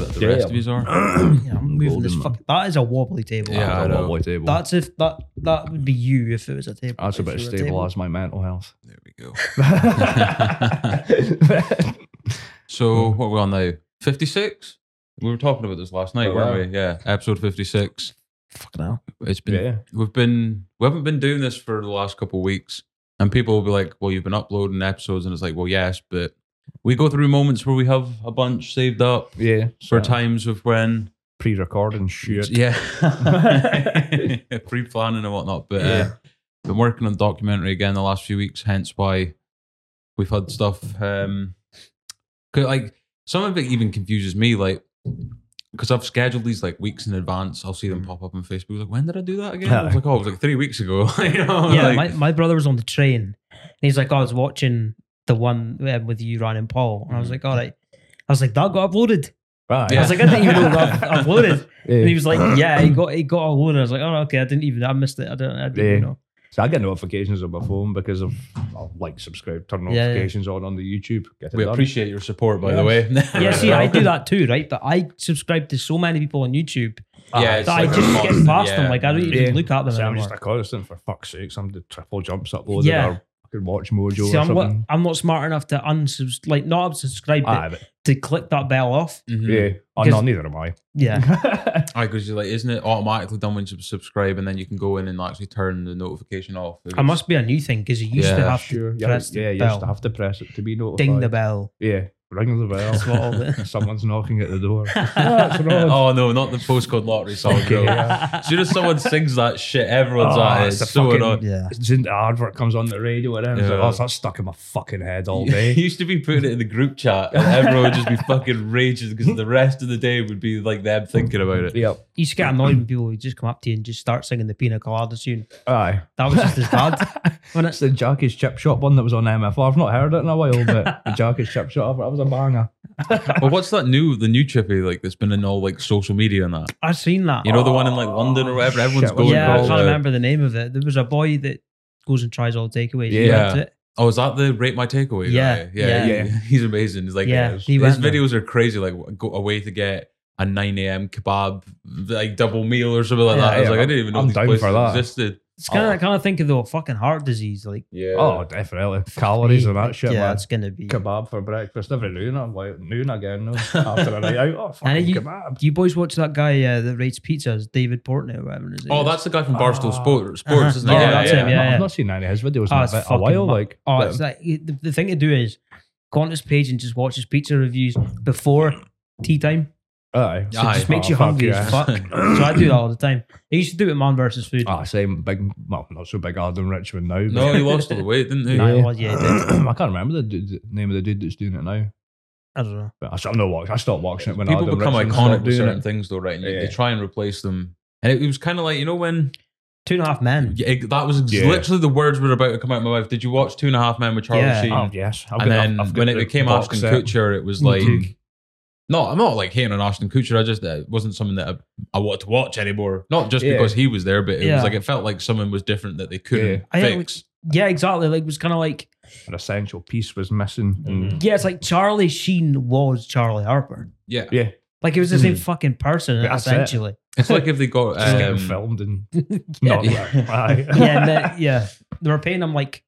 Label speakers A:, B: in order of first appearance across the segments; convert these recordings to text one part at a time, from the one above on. A: interviews are.
B: Yeah, I'm moving this
C: Golden
B: fucking. That is a wobbly table.
A: Yeah, I
C: I've got
A: know.
C: my table.
B: That's if that that would be you if it was a table.
C: That's
B: if
C: about to
B: you were a table.
C: stabilise my mental health.
A: There we go. So what are we on now? Fifty six. We were talking about this last night,
C: Oh,
A: weren't we? Yeah, episode fifty six.
B: Fucking hell.
A: It's been
C: yeah.
A: we've been we haven't been doing this for the last couple of weeks, and people will be like, "Well, you've been uploading episodes," and it's like, "Well, yes, but we go through moments where we have a bunch saved up
C: Yeah.
A: for
C: so
A: times of when,
C: pre-recording shoot.
A: yeah, pre-planning and whatnot." But uh,
C: Yeah.
A: been working on the documentary again the last few weeks, hence why we've had stuff. Um, 'cause, like some of it even confuses me, like because I've scheduled these like weeks in advance. I'll see them
B: Mm.
A: pop up on Facebook. Like, when did I do that again? I was
C: Aye.
A: like, oh, it was like three weeks ago. you know,
B: Yeah,
A: like,
B: my, my brother was on the train. And he's like, "Oh, I was watching the one uh, with you, Ryan and Paul. And I was like, all right. I was like, that got uploaded.
C: Right.
B: I was like, I didn't even know that uploaded.
C: Yeah.
B: And he was like, yeah, it got it got uploaded. I was like, oh, okay, I didn't even, I missed it. I didn't, I didn't
C: Yeah.
B: even know.
C: So I get notifications on my phone because of I'll like subscribe, turn
B: Yeah, yeah.
C: notifications on on the YouTube. Get it
A: we
C: done.
A: appreciate your support, by the
C: Yes.
A: way.
B: Yeah, see, I do that too, right? That I subscribe to so many people on YouTube
A: Yeah, it's
B: that I
A: like
B: just
A: constant,
B: skip past
A: yeah.
B: them. Like, I don't even
C: Yeah.
B: look at them
C: So I'm
B: anymore.
C: just a constant for fuck's sake. Somebody triple jumps uploaded
B: Yeah.
C: or fucking watch Mojo
B: See,
C: or
B: I'm, what,
C: something.
B: I'm not smart enough to unsubscribe, like, not unsubscribe,
C: Aye,
B: but
C: but
B: to click that bell off.
A: Mhm.
C: yeah. Oh,
B: Because-
C: no, neither am I.
B: Yeah.
A: Aye, because you're like, isn't it automatically done when you subscribe, and then you can go in and actually turn the notification off? if
B: I
A: it's-
B: must be a new thing because you used
A: Yeah,
B: to have
C: sure.
B: to
C: Yeah,
B: press the
C: yeah, you
B: bell,
C: used to have to press it to be notified.
B: ding the bell.
C: Yeah. Ring the bell.
B: That's what all the-
C: Someone's knocking at the door. That's Rod.
A: oh no, not the postcode lottery song.
C: Okay,
A: bro.
C: yeah.
A: As soon as someone sings that shit, everyone's
C: Oh,
A: at it.
C: it's
A: It's
C: a
A: so
C: fucking-
A: annoying.
B: Yeah.
C: It's in the advert comes on the radio and everything's
A: Yeah.
C: like, oh, that's stuck in my fucking head all
A: He
C: day.
A: used to be putting it in the group chat, and everyone would just be fucking raging because the rest of the day would be like them thinking about it.
C: yep.
B: You used to get annoyed when people would just come up to you and just start singing the Pina Colada tune.
C: Aye.
B: That was just as bad. When
C: That's the Jackie's Chip Shop one that was on MFR. I've not heard it in a while, but the Jackie's Chip Shop, that was a banger.
A: But what's that new, the new chippy like that's been in all like social media and that?
B: I've seen that. Oh,
A: You know the uh, one in like London or whatever. Everyone's
C: shit,
A: going.
C: what's it
B: yeah, I
A: all
C: called?
B: can't
A: the-
B: remember the name of it. There was a boy that goes and tries all the takeaways. He
A: Yeah.
B: went to it.
A: Oh, is that the rate my takeaway?
B: Yeah,
A: guy? yeah,
B: yeah.
A: yeah. He's amazing. He's like,
B: Yeah,
A: his,
B: he
A: his
B: went there.
A: videos are crazy. Like, go, a way to get a nine a.m. kebab, like double meal or something like
B: Yeah,
A: that. I was
C: yeah,
A: like, I
C: I'm-
A: didn't even know
C: I'm
A: these
C: down
A: places
C: for that.
A: existed.
B: It's kind of
A: Oh.
B: kind of thinking though, fucking heart disease. Like
A: Yeah.
C: Oh, definitely. Calories and that shit,
B: Yeah,
C: man.
B: it's gonna be.
C: Kebab for breakfast every noon. I'm like, noon again, no. After a night out, oh, fucking
B: And you-
C: kebab.
B: Do you boys watch that guy uh, that rates pizzas, David Portnoy or whatever? His name
A: Oh,
B: is?
A: that's the guy from Barstool
C: Ah.
A: Sport, Sports, isn't it?
B: Yeah, that's him,
C: I've
B: yeah,
C: not-
B: yeah.
C: I've not seen any of his videos
B: Oh,
C: in a,
B: it's
C: bit, a
B: fucking
C: while.
B: mad.
C: Like,
B: Oh,
C: but-
B: it's like the, the thing to do is go on his page and just watch his pizza reviews before tea time.
C: aye.
A: Yeah, Aye.
B: Just makes you
C: Oh, fuck
B: hungry
C: yeah.
B: as fuck. so I do that all the time. I used to do it in Man versus Food.
C: Ah, same big, well, not so big Adam Richmond now.
A: No, he lost all the weight, didn't he?
B: Nah,
C: yeah.
B: it was, yeah, it did.
C: I can't remember the dude, name of the dude that's doing it now.
B: I don't know.
C: But I, still- I'm not watching. I stopped watching it when
A: People
C: Adam
A: become
C: Richmond
A: iconic
C: stopped
A: with
C: doing
A: certain
C: it.
A: things, though, right? And
C: Yeah.
A: they try and replace them. And it, it was kind of like you know when
B: Two and a half men.
A: yeah, it- that was ex-
C: Yeah.
A: literally the words were about to come out of my mouth. Did you watch Two and a Half Men with Charlie
B: Yeah.
A: Sheen?
C: Oh yes,
A: and
C: I've got-
A: then
C: I've got
A: when it
C: the
A: became
C: box
A: Ashton
C: set. Mm-hmm.
A: Kutcher, it was
B: Me
A: like,
B: too.
A: no, I'm not like hating on Ashton Kutcher. I just uh, it wasn't something that I, I wanted to watch anymore. Not just
C: Yeah.
A: because he was there, but it
B: Yeah.
A: was like it felt like someone was different that they couldn't
C: Yeah.
B: I think
A: fix.
B: Yeah, exactly. Like it was kind of like
C: An essential piece was missing.
A: Mm.
C: And
B: yeah, it's like Charlie Sheen was Charlie Harper.
A: Yeah,
C: yeah,
B: Like it was the same fucking person
C: Mm. Yeah, that's it.
B: essentially.
A: it's like if they got
C: just getting
A: um,
C: filmed and not
A: Yeah.
C: like, aye.
B: Yeah, and then, yeah, they were paying him like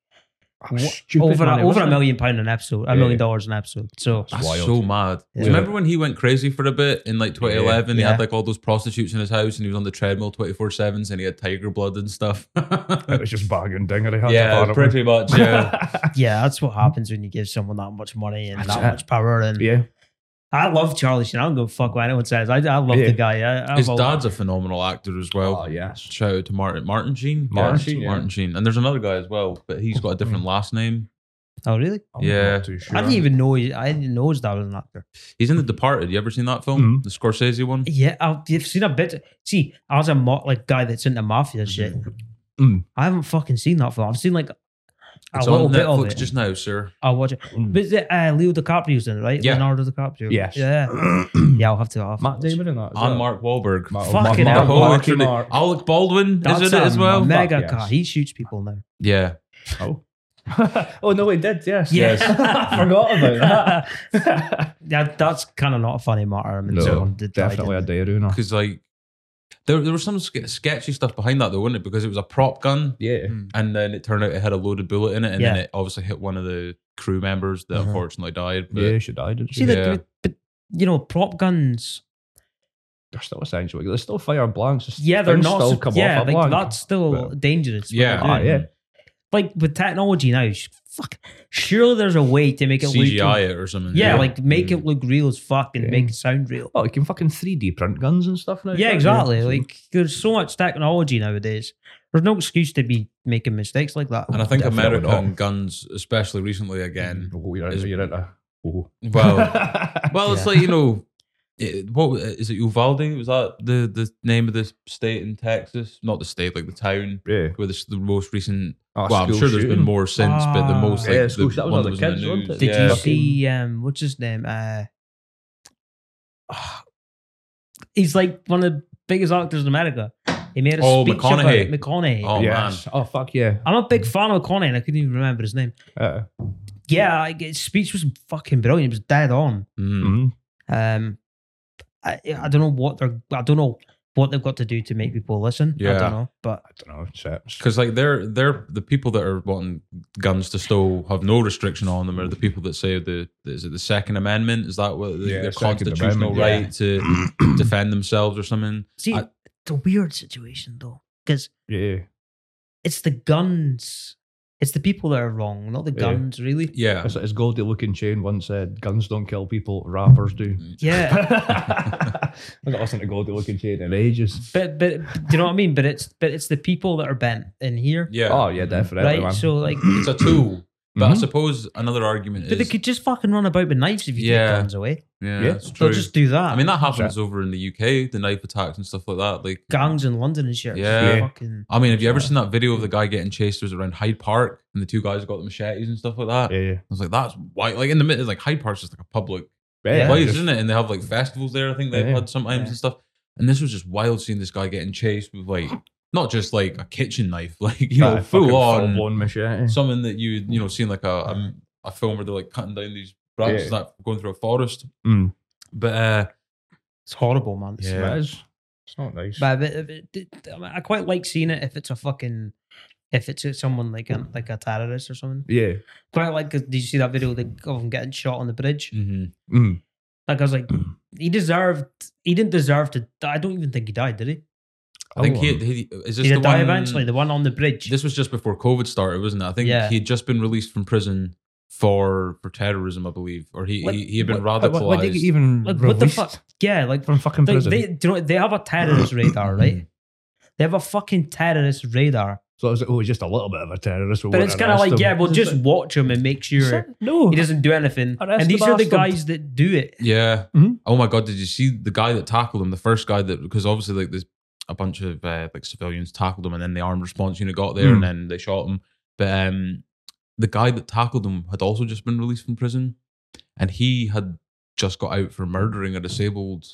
B: wha-
C: Stupid
B: over
C: money,
B: a, over a
C: wasn't it?
B: million pound an episode, a
C: Yeah.
B: million dollars an episode. So
A: That's
C: Wild.
A: so mad. Do
B: Yeah.
A: you remember when he went crazy for a bit in like 2011? He
B: Yeah.
A: had like all those prostitutes in his house and he was on the treadmill 24 7s and he had tiger blood and stuff.
C: It was just banging dingery. Had
A: yeah,
C: to
A: pretty much. Yeah.
B: yeah, that's what happens when you give someone that much money and
C: That's
B: that
C: it.
B: much power. And
C: yeah.
B: I love Charlie Sheen. I don't give a fuck what anyone says. I, I love
C: Yeah.
B: the guy. I, I've
A: His
B: al-
A: dad's a phenomenal actor as well.
C: Oh yes.
A: Shout out to Martin Martin Sheen.
C: Martin
A: Yeah,
C: Sheen, Mm-hmm. yeah.
A: Martin Sheen. And there's another guy as well, but he's got a different last name.
B: Oh, really?
C: I'm
A: Yeah.
C: not too sure.
B: I didn't even know. He, I didn't know his dad was an actor.
A: He's in The Departed. You ever seen that film?
C: Mhm.
A: The Scorsese one?
B: Yeah, I've, you've seen a bit. See, I was a mo- like guy that's into mafia shit.
C: Mm.
B: I haven't fucking seen that film. I've seen like a
A: It's
B: little
A: on
B: bit of
A: Netflix
B: it.
A: just now, sir.
B: I'll watch it.
C: Mm.
B: But the, uh, Leo DiCaprio's in it, right?
A: Yeah.
B: Leonardo DiCaprio.
C: Yes.
B: Yeah. Yeah, I'll have to. I'll have to
C: Matt
B: watch
C: Damon in that. as well.
A: And Mark Wahlberg.
C: Mark-
B: Fucking
A: The
C: Mark-
B: hell.
A: whole
C: Marky
A: Trinity-
C: Mark.
A: Alec Baldwin
B: That's
A: is in it
B: a
A: as well.
B: Mega
C: Fuck yes.
B: guy. He shoots people now.
A: Yeah.
C: Oh. oh no, he did. Yes.
B: Yes.
C: I forgot about that.
B: That, that's kind of not a funny matter. I mean,
C: No,
B: someone did die,
C: Definitely a
B: didn't
C: day ruiner.
A: Because like there, there was some ske- sketchy stuff behind that though, wasn't it? Because it was a prop gun,
C: Yeah.
A: and then it turned out it had a loaded bullet in it, and
B: Yeah.
A: then it obviously hit one of the crew members that
C: Uh-huh.
A: unfortunately died. But
C: Yeah, you should die, didn't
B: they?
C: you?
B: See, the-
A: Yeah.
B: but, but, you know, prop guns.
C: They're still essential. They still fire blanks. Just
B: Yeah, they're
C: things
B: not.
C: Still
B: sup-
C: come
B: yeah,
C: off a
B: like,
C: blank.
B: that's still
C: but-
B: dangerous. what
A: yeah,
B: they're doing.
C: Ah, yeah.
B: Like with technology now, sh- fuck. Surely there's a way to make it look.
A: CGI it or something.
B: Yeah, like make
A: Mm.
B: it look real as fuck and
C: Yeah.
B: make it sound real.
C: Oh, you can fucking 3D print guns and stuff now.
B: Yeah,
C: can't you?
B: exactly.
C: So-
B: Like there's so much technology nowadays. There's no excuse to be making mistakes like that.
A: And I think
C: Definitely
A: American
C: not.
A: guns, especially recently again.
C: oh, you're,
A: is-
C: you're into. Oh.
A: Well, well, it's
B: Yeah.
A: like you know, it, what was- is it? Uvalde was that the the name of the state in Texas? Not the state, like the town
C: yeah.
A: where the, the most recent.
C: Oh,
A: well, I'm
C: school
A: sure there's
C: shooting.
A: been more since, but the most
C: Ah.
A: like
C: Yeah,
A: the
C: school- that was
A: one
C: all
A: that
C: the
A: was in
C: kids,
A: the
C: wasn't
A: news.
C: it?
B: Did
A: yeah.
B: you see um what's his name? Uh he's like one of the biggest actors in America. He made a
A: Oh,
B: speech
A: McConaughey.
B: about McConaughey.
A: Oh
C: yes. Oh fuck yeah.
B: I'm a big fan of McConaughey and I couldn't even remember his name.
C: Uh,
B: Yeah, like, his speech was fucking brilliant. It was dead on.
A: Mm.
C: mm.
B: Um I, I don't know what they're I don't know what they've got to do to make people listen. I
A: Yeah.
B: don't know. But
C: I don't know. Shit.
A: Because like they're they're the people that are wanting guns to still have no restriction on them are the people that say the is it the Second Amendment is that what the,
C: Yeah,
A: the
C: Second
A: constitutional
C: Amendment,
B: yeah.
A: right to defend themselves or something?
B: see
A: I-
B: it's a weird situation though. Because
C: Yeah.
B: it's the guns. It's the people that are wrong, not the
C: Yeah.
B: guns, really.
A: Yeah,
C: As, as Goldie looking chain once said, guns don't kill people, rappers do.
B: Yeah,
C: I got listened to Goldie looking chain in ages.
B: but but do you know what I mean? But it's but it's the people that are bent in here,
A: yeah.
C: Oh yeah, definitely.
B: right?
C: man.
B: So like,
A: it's a tool. But I
C: Mhm.
A: suppose another argument
B: but they
A: is
B: could just fucking run about with knives if you
A: Yeah.
B: take guns away.
A: yeah,
C: Yeah.
A: it's true.
B: They'll just do that.
A: I mean that happens over in the UK, the knife attacks and stuff like that. Like
B: gangs in London and shit. are
A: Yeah.
B: fucking.
A: I mean, have you ever seen that video of the guy getting chased? It was around Hyde Park, and the two guys got the machetes and stuff like that.
C: yeah, yeah.
A: I was like, that's why. Like in the middle, like Hyde Park's just like a public
B: Yeah.
A: place,
C: just-
A: isn't it? And they have like festivals there. I think they've
C: Yeah.
A: had sometimes
B: Yeah.
A: and stuff. And this was just wild seeing this guy getting chased with like not just like a kitchen knife, like you know,
C: Aye, fucking
A: full on
C: full-blown machete.
A: something that you you know seen like a a, a film where they're like cutting down these branches
C: Yeah.
A: that going through a forest.
C: Mm.
A: But uh
B: It's horrible, man. It's-
A: Yeah.
C: It is. It's not nice.
B: But if it- if it- I mean, I quite like seeing it if it's a fucking if it's someone like a like a terrorist or something.
C: yeah.
B: Quite like. Did you see that video of the- of him getting shot on the bridge?
A: mhm.
C: Mm.
B: Like I was like, he deserved. He didn't deserve to. die. I don't even think he died, did he?
A: I think
C: Oh,
A: he,
C: um,
A: he is this
B: He
A: the
B: did die
A: one,
B: eventually. The one on the bridge.
A: This was just before COVID started, wasn't it? I think
B: Yeah.
A: he had just been released from prison for for terrorism, I believe, or he
B: What-
A: he, he had been
C: What-
A: radicalized.
C: What, what did he even
B: like
C: released
B: what the fuck? Yeah, like
C: from fucking
B: they,
C: prison?
B: they do you know, they have a terrorist radar, right? They have a fucking terrorist radar,
C: so it was like, oh, he's just a little bit of a terrorist. we
B: but
C: won't
B: it's kind of
C: arrest
B: like
C: him.
B: yeah, we'll
C: It's
B: just watch him and make
C: like,
B: sure
C: no.
B: he doesn't do anything.
C: Arrest
B: And
C: the
B: these are the
C: bastard.
B: guys that do it.
A: Yeah.
C: Mhm.
A: Oh my god, did you see the guy that tackled him? The first guy that because obviously like there's a bunch of uh, like civilians tackled him, and then the armed response unit got there,
C: Mm.
A: and then they shot him. But um, the guy that tackled him had also just been released from prison, and he had just got out for murdering a disabled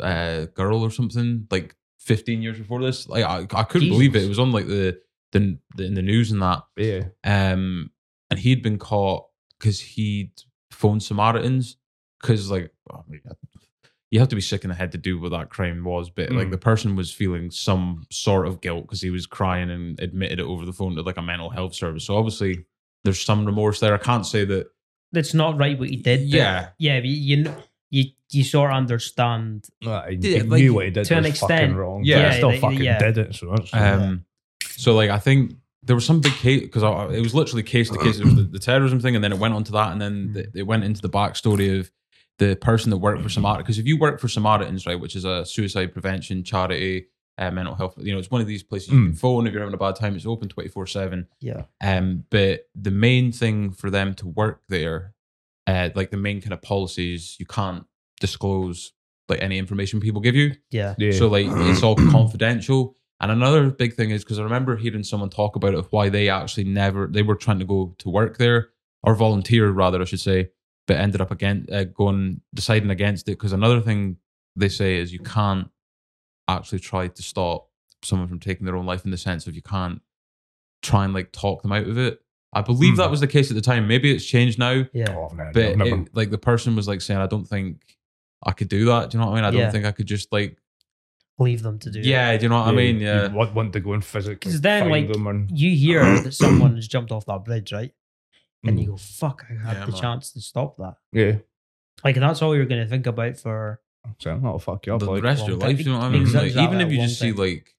A: uh, girl or something like 15 years before this. Like I, I couldn't believe it.
B: Jesus.
A: It was on like the the, the in the news and that.
C: yeah.
A: Um, and he'd been caught because he'd phoned Samaritans because, like, I mean, you have to be sick in the head to do what that crime was. But like,
C: Mm.
A: the person was feeling some sort of guilt because he was crying and admitted it over the phone to like a mental health service. So obviously, there's some remorse there. I can't say that.
B: That's not right what he did. but
A: Yeah.
B: yeah, but you you kn- you, you sort of understand.
C: Nah, he,
A: Yeah,
C: he
A: like,
C: knew what he did
B: to an
C: was
B: extent,
C: fucking wrong.
A: yeah,
C: but he still
B: they-
C: fucking
B: yeah.
C: did it. So that's
A: Um, so like, I think there was some big case because it was literally case to case. It was the, the terrorism thing, and then it went on to that, and then th- it went into the backstory of the person that worked for Samaritan. Because if you work for Samaritans, right, which is a suicide prevention charity, uh, mental health, you know, it's one of these places you can phone if you're having a bad time. It's open twenty four seven.
B: Yeah.
A: Um, but the main thing for them to work there, uh, like the main kind of policies, you can't disclose like any information people give you.
B: Yeah.
C: yeah.
A: So like it's all confidential. And another big thing is because I remember hearing someone talk about it of why they actually never they were trying to go to work there or volunteer rather I should say, but ended up again uh, going deciding against it because another thing they say is you can't actually try to stop someone from taking their own life in the sense of you can't try and like talk them out of it. I believe
C: Hmm.
A: that was the case at the time. Maybe it's changed now,
B: Yeah.
C: Oh, I've never,
A: but it, like the person was like saying, I don't think I could do that. Do you know what I mean? I don't
B: Yeah.
A: think I could just like,
B: Leave them to do it.
A: yeah, do you know what I mean? Yeah.
C: want, want to go and physically
B: 'Cause then,
C: find
B: like,
C: them and
B: You hear that someone has jumped off that bridge, right? And
C: Mm.
B: you go, fuck, I had
A: Yeah,
B: the
A: man.
B: chance to stop that.
C: yeah,
B: Like, that's all you're going to think about for.
C: so that'll fuck you
A: The,
C: up.
A: the
C: like,
A: rest of your
B: long
A: life,
B: time.
A: do you know what I mean?
B: Exactly
A: Like, even
B: that
A: if you
B: long
A: just see
B: time.
A: like,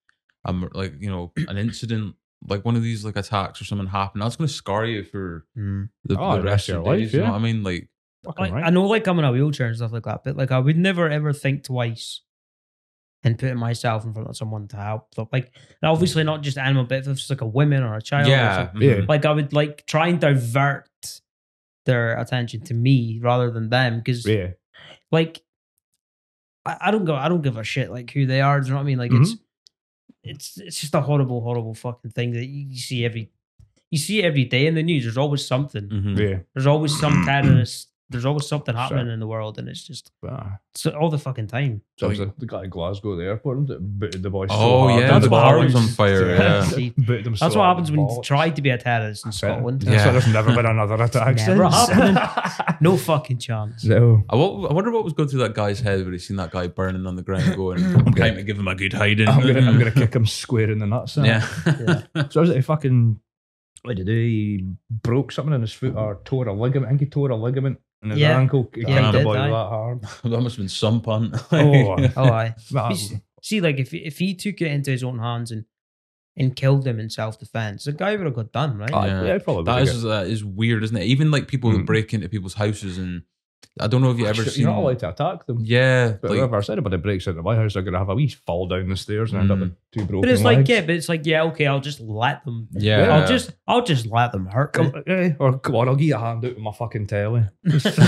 A: a, mur- like, you know, an incident, like one of these like attacks or something happen, that's going to scar you for
B: hmm,
A: the,
C: Oh,
A: the rest of your life. You know
C: yeah.
A: what I mean? Like,
C: fucking
B: Like,
C: right.
B: I know, like, I'm in a wheelchair and stuff like that, but like, I would never ever think twice in putting myself in front of someone to help. them. Like, and obviously, not just animal, but if it's like a woman or a child, or
A: yeah, mm-hmm.
B: something,
C: Hmm. Yeah.
B: like, I would like try and divert their attention to me rather than them because
C: yeah,
B: like I, I don't go I don't give a shit like who they are. Do you know what I mean? Like it's
C: Mm-hmm.
B: it's it's just a horrible, horrible fucking thing that you you see every you see it every day in the news. There's always something.
A: Mhm.
C: yeah.
B: There's always some terrorist. There's always something happening
C: Sure.
B: in the world, and it's just
C: But, uh,
B: it's all the fucking time.
C: so
A: Like-
C: the, the guy in Glasgow at the airport that booted the boy. so
A: Oh,
C: hard
A: yeah.
C: down
B: That's
A: That's
C: the
A: what
B: what
C: bar.
A: arms on
B: happens.
A: fire. Yeah.
B: See,
C: Booted him
B: That's
C: so
B: what
C: hard
B: happens
C: in the
B: when you
C: balls.
B: try to be a terrorist in
C: That's it.
B: Scotland.
A: Yeah.
C: So there's never been another attack
B: Never
C: since.
B: No fucking chance.
C: so
A: I, wa- I wonder what was going through that guy's head when he seen that guy burning on the ground, going, "I'm
C: gonna-
A: going to give him a good hiding."
C: I'm gonna, I'm gonna kick him square in the nuts. innit?
A: Mm-hmm. yeah.
C: So was it he fucking? What did he do? He broke something in his foot or tore a ligament. I think he tore a ligament in his
B: Yeah.
C: ankle. He
B: Yeah,
A: he
C: kicked the
B: did,
C: boy
B: aye.
C: that hard.
A: that must have been some punt.
C: Oh,
B: Oh, I
C: Well,
B: He's- see, like if if he took it into his own hands and and killed him in self defense, the guy would have got done, right?
A: Oh,
C: aye,
A: yeah.
C: Ah, yeah, probably.
A: that
C: would've
A: is that is weird, isn't it? Even like people
C: Mm.
A: that break into people's houses, and I don't know if you
C: got-
A: ever
C: You're
A: seen.
C: not allowed to attack them.
A: yeah,
C: But uh,
A: like-
C: whoever said anybody breaks into my house, they're gonna have a wee fall down the stairs and end up
A: Mm.
C: with two broken
B: But it's
C: legs.
B: like, yeah, but it's like, yeah, okay, I'll just let them.
A: yeah,
C: Yeah.
B: I'll just, I'll just let them hurt. me.
C: Come, eh, or come on, I'll get a hand out of my fucking telly.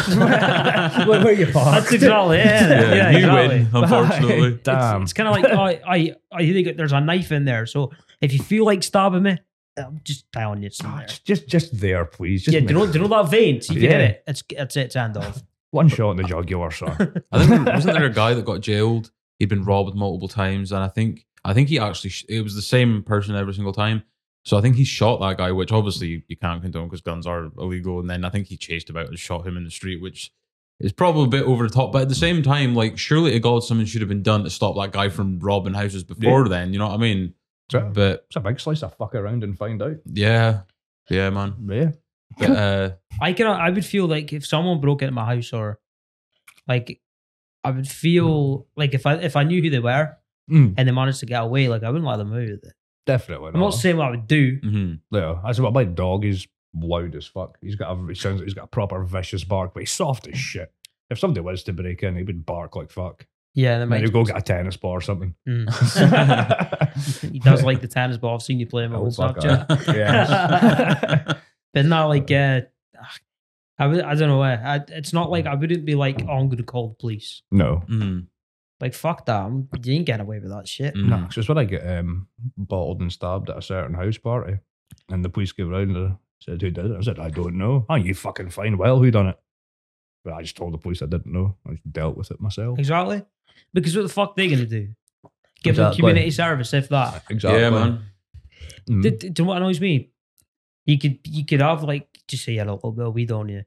C: where, where you parked?
B: That's exactly it. Yeah,
A: yeah,
B: yeah,
A: you
B: exactly.
A: win, unfortunately.
C: Damn.
B: It's, kind of like oh, I, I, I think there's a knife in there. So if you feel like stabbing me, I'm just telling you. It's in
C: Ah,
B: there.
C: just, just, just there, please. Just
B: Yeah, do you know, do you know that vein? So you can
C: Yeah.
B: hit it. It's, it's it's end off.
C: one shot in the jugular, sir.
A: I think wasn't there a guy that got jailed? He'd been robbed multiple times, and I think I think he actually sh- it was the same person every single time. So I think he shot that guy, which obviously you can't condone because guns are illegal. And then I think he chased about and shot him in the street, which is probably a bit over the top. But at the same time, like surely to God, something should have been done to stop that guy from robbing houses before then. You know what I mean?
C: So,
A: But
C: it's a big slice of fuck around and find out.
A: yeah, yeah, man.
C: Yeah.
A: But, uh,
B: I can I would feel like if someone broke into my house or like I would feel like if I if I knew who they were
C: Mm,
B: and they managed to get away, like I wouldn't let them move.
C: definitely.
B: I'm not saying what I would do.
A: mhm.
C: Yeah, I said, well, my dog is loud as fuck. He's got a, he sounds, he's got a proper vicious bark, but he's soft as shit. If somebody was to break in, he would bark like fuck.
B: Yeah,
C: And
B: they
C: then
B: might.
C: he'd go get a tennis ball or something.
B: Mm. He does like the tennis ball. I've seen you play him
C: Oh,
B: on
C: fuck
B: Snapchat.
C: Yeah.
B: But not like uh, I would, I don't know. eh, I, it's not like I wouldn't be like, oh, I'm gonna call the police.
C: no.
A: Mhm,
B: Like fuck that. I'm, you ain't getting away with that shit.
A: mhm.
C: No, so it's when I get um, bottled and stabbed at a certain house party, and the police came around and said, Who did it? I said, I don't know. Oh, you fucking fine. Well, who done it? But I just told the police I didn't know. I just dealt with it myself.
B: Exactly. Because what the fuck they gonna do? Give them
C: Exactly.
B: community service if that.
C: Ah, Exactly.
A: Yeah, man.
C: Mm.
B: Do, do, do you know what annoys me? You could you could have like just say you had a little bit of weed on you.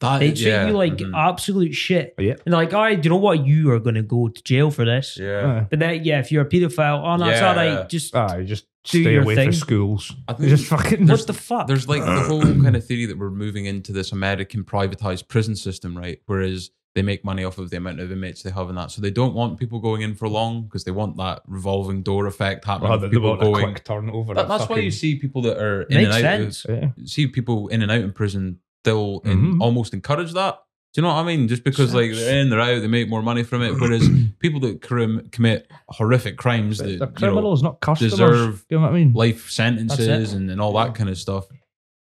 A: That,
B: They treat
A: Uh, yeah,
B: you like uh,
A: mhm.
B: absolute shit.
C: Yeah.
B: And they're like, all right, do you know what? You are gonna go to jail for this.
A: yeah.
C: Aye.
B: But then yeah, if you're a paedophile, oh no, it's
A: Yeah. Uh,
B: all right. Just
C: Aye, just
B: Do
C: stay
B: your
C: away
B: thing.
C: from schools.
A: I think
C: Just fucking.
B: what the fuck?
A: there's like the whole kind of theory that we're moving into this American privatized prison system, right? Whereas they make money off of the amount of inmates they have and that. So they don't want people going in for long because they want that revolving door effect happening.
C: Rather
A: with
C: than
A: people
C: a
A: going.
C: quick turnover.
A: That- that's why you see people that are in
B: Makes
A: and out.
B: sense.
C: Yeah.
A: Of, see people in and out in prison. They'll in,
C: Mhm.
B: Mm-hmm.
A: almost encourage that. Do you know what I mean? Just because like they're in, they're out, they make more money from it.
B: Mm-hmm.
A: Whereas people that crim- commit horrific crimes, that
C: But they're
A: you know,
C: criminals, not customers.
A: deserve
C: you know what I mean?
A: life sentences
B: That's
A: and, and all that kind of stuff,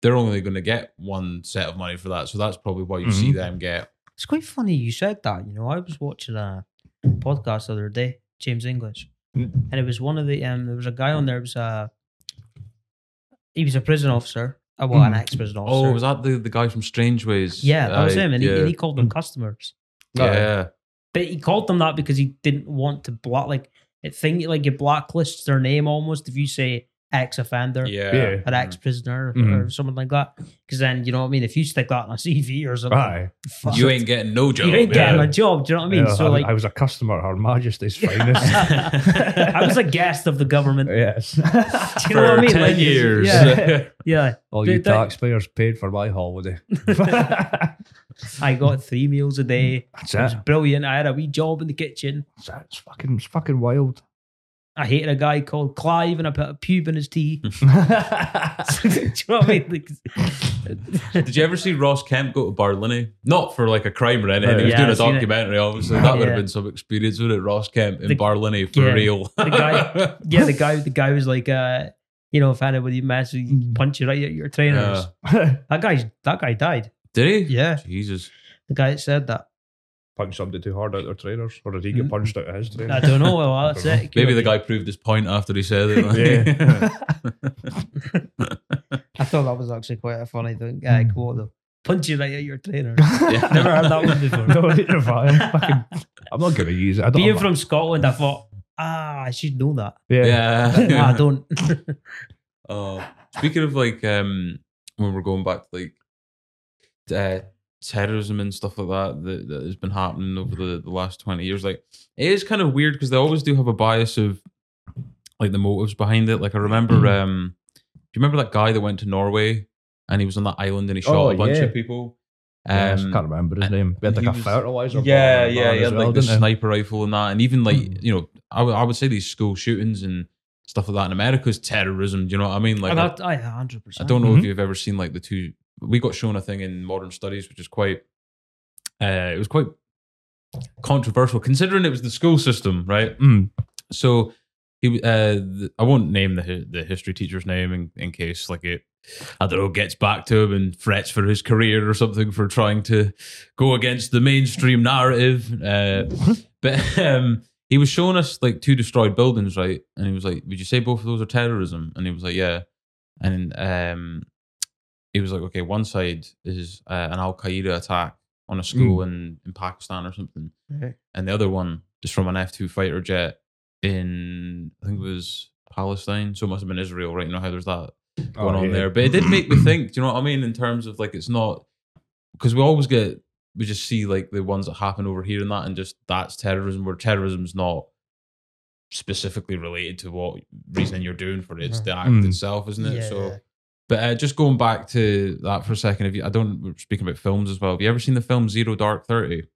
A: they're only going to get one set of money for that. So that's probably why you see
B: Mm-hmm.
C: Mhm.
A: them get.
B: It's quite funny you said that. You know, I was watching a podcast the other day, James English,
C: Mm.
B: and it was one of the um. There was a guy on there. It was a he was a prison officer. Oh, well, an
C: Mm.
B: ex-prison officer.
A: Oh, was that the, the guy from Strange Ways?
B: yeah, that was
A: Aye,
B: him, and,
A: yeah, Mm.
B: he, and he called them customers.
A: yeah.
B: But he called them that because he didn't want to block like it thing like it blacklists their name almost if you say ex offender
A: Yeah. Mm. Mm-hmm.
C: Yeah.
B: an ex prisoner
C: Mhm.
B: or someone like that. Because then, you know what I mean? If you stick that on a CV or something,
C: Aye.
B: fuck,
A: You ain't getting no job.
B: you ain't
C: yeah.
B: getting a job. Do you know what I mean?
C: Yeah,
B: so,
C: I,
B: like,
C: I was a customer at Her Majesty's finest.
B: I was a guest of the government.
C: yes.
B: Do you know what I
A: For
B: mean?
A: 10
B: Like,
A: years.
B: Yeah. Yeah.
C: All
B: Dude,
C: you
B: that-
C: taxpayers paid for my holiday. That's
B: I got three meals a day. It was
C: it.
B: brilliant. I had a wee job in the kitchen.
C: That's it. It's fucking, it's fucking wild.
B: I hated a guy called Clive and I put a pube in his tea.
C: yeah,
B: Do you know what I mean? Like,
A: Did you ever see Ross Kemp go to Barlinnie? Not for like a crime or anything. He was
B: Yeah,
A: doing a
B: I've seen it.
A: documentary, obviously. That would
B: Yeah.
A: have been some experience with it. Ross Kemp in
B: The-
A: Barlinnie for
B: yeah.
A: real.
B: The guy- yeah, the guy the guy was like uh you know, if anybody messes with you, punch you right at your trainers.
A: Yeah.
B: That guy's that guy died.
A: Did he?
B: Yeah.
A: Jesus.
B: The guy that said that.
C: punch somebody too hard out their trainers, or did he get
B: Mm.
C: punched out of his trainers?
B: I don't know. Well, that's it.
A: Maybe the guy proved his point after he said it.
C: Yeah.
B: I thought that was actually quite a funny thing. Uh,
C: Mm.
B: quote though. Punch you right at your trainers.
A: Yeah.
B: Never heard that one before.
C: no, neither have I. I'm, fucking, I'm not going to use it. I don't,
B: Being
C: I'm,
B: from Scotland, I thought, ah, I should know that.
C: yeah.
A: yeah.
B: No, I don't.
A: Oh, speaking of like um, when we're going back to like uh, terrorism and stuff like that, that that has been happening over the, the last twenty years, like it is kind of weird because they always do have a bias of like the motives behind it. Like I remember,
C: Mm.
A: um, do you remember that guy that went to Norway and he was on that island and he shot
C: Oh,
A: a bunch
C: yeah.
A: of people?
C: I
A: Um,
C: just can't remember his name. We had like
A: he
C: a
A: was-
C: fertilizer.
A: yeah,
C: bomb
A: yeah,
C: as
A: yeah.
C: well,
A: like the
C: didn't he?
A: sniper rifle and that, and even like
C: Hmm.
A: you know, I would- I would say these school shootings and stuff like that in America is terrorism. Do you know what I mean? Like
B: And that, I, 100%.
A: I don't know if
C: Mhm.
A: you've ever seen like the two. We got shown a thing in modern studies, which is quite. Uh, it was quite controversial, considering it was the school system, right?
C: Mm.
A: So he, w- uh, th- I won't name the hi- the history teacher's name in, in case like it, I don't know, gets back to him and frets for his career or something for trying to go against the mainstream narrative. Uh, but um, he was showing us like two destroyed buildings, right? And he was like, "Would you say both of those are terrorism?" And he was like, "Yeah." And um, he was like, "Okay, one side is uh, an Al Qaeda attack on a school in, in Pakistan or something."
B: Right.
A: and the other one is from an F two fighter jet in I think it was Palestine, so it must have been Israel, right? You know how there's that
C: Oh,
A: going on
C: yeah.
A: there, but it did make me think. Do you know what I mean? In terms of like, it's not because we always get we just see like the ones that happen over here and that, and just that's terrorism. Where terrorism's not specifically related to what reason you're doing for it; it's the act
C: Mm.
A: itself, isn't it?
B: Yeah.
A: So. But uh, just going back to that for a second, if you, I don't, we're speaking about films as well. Have you ever seen the film Zero Dark Thirty?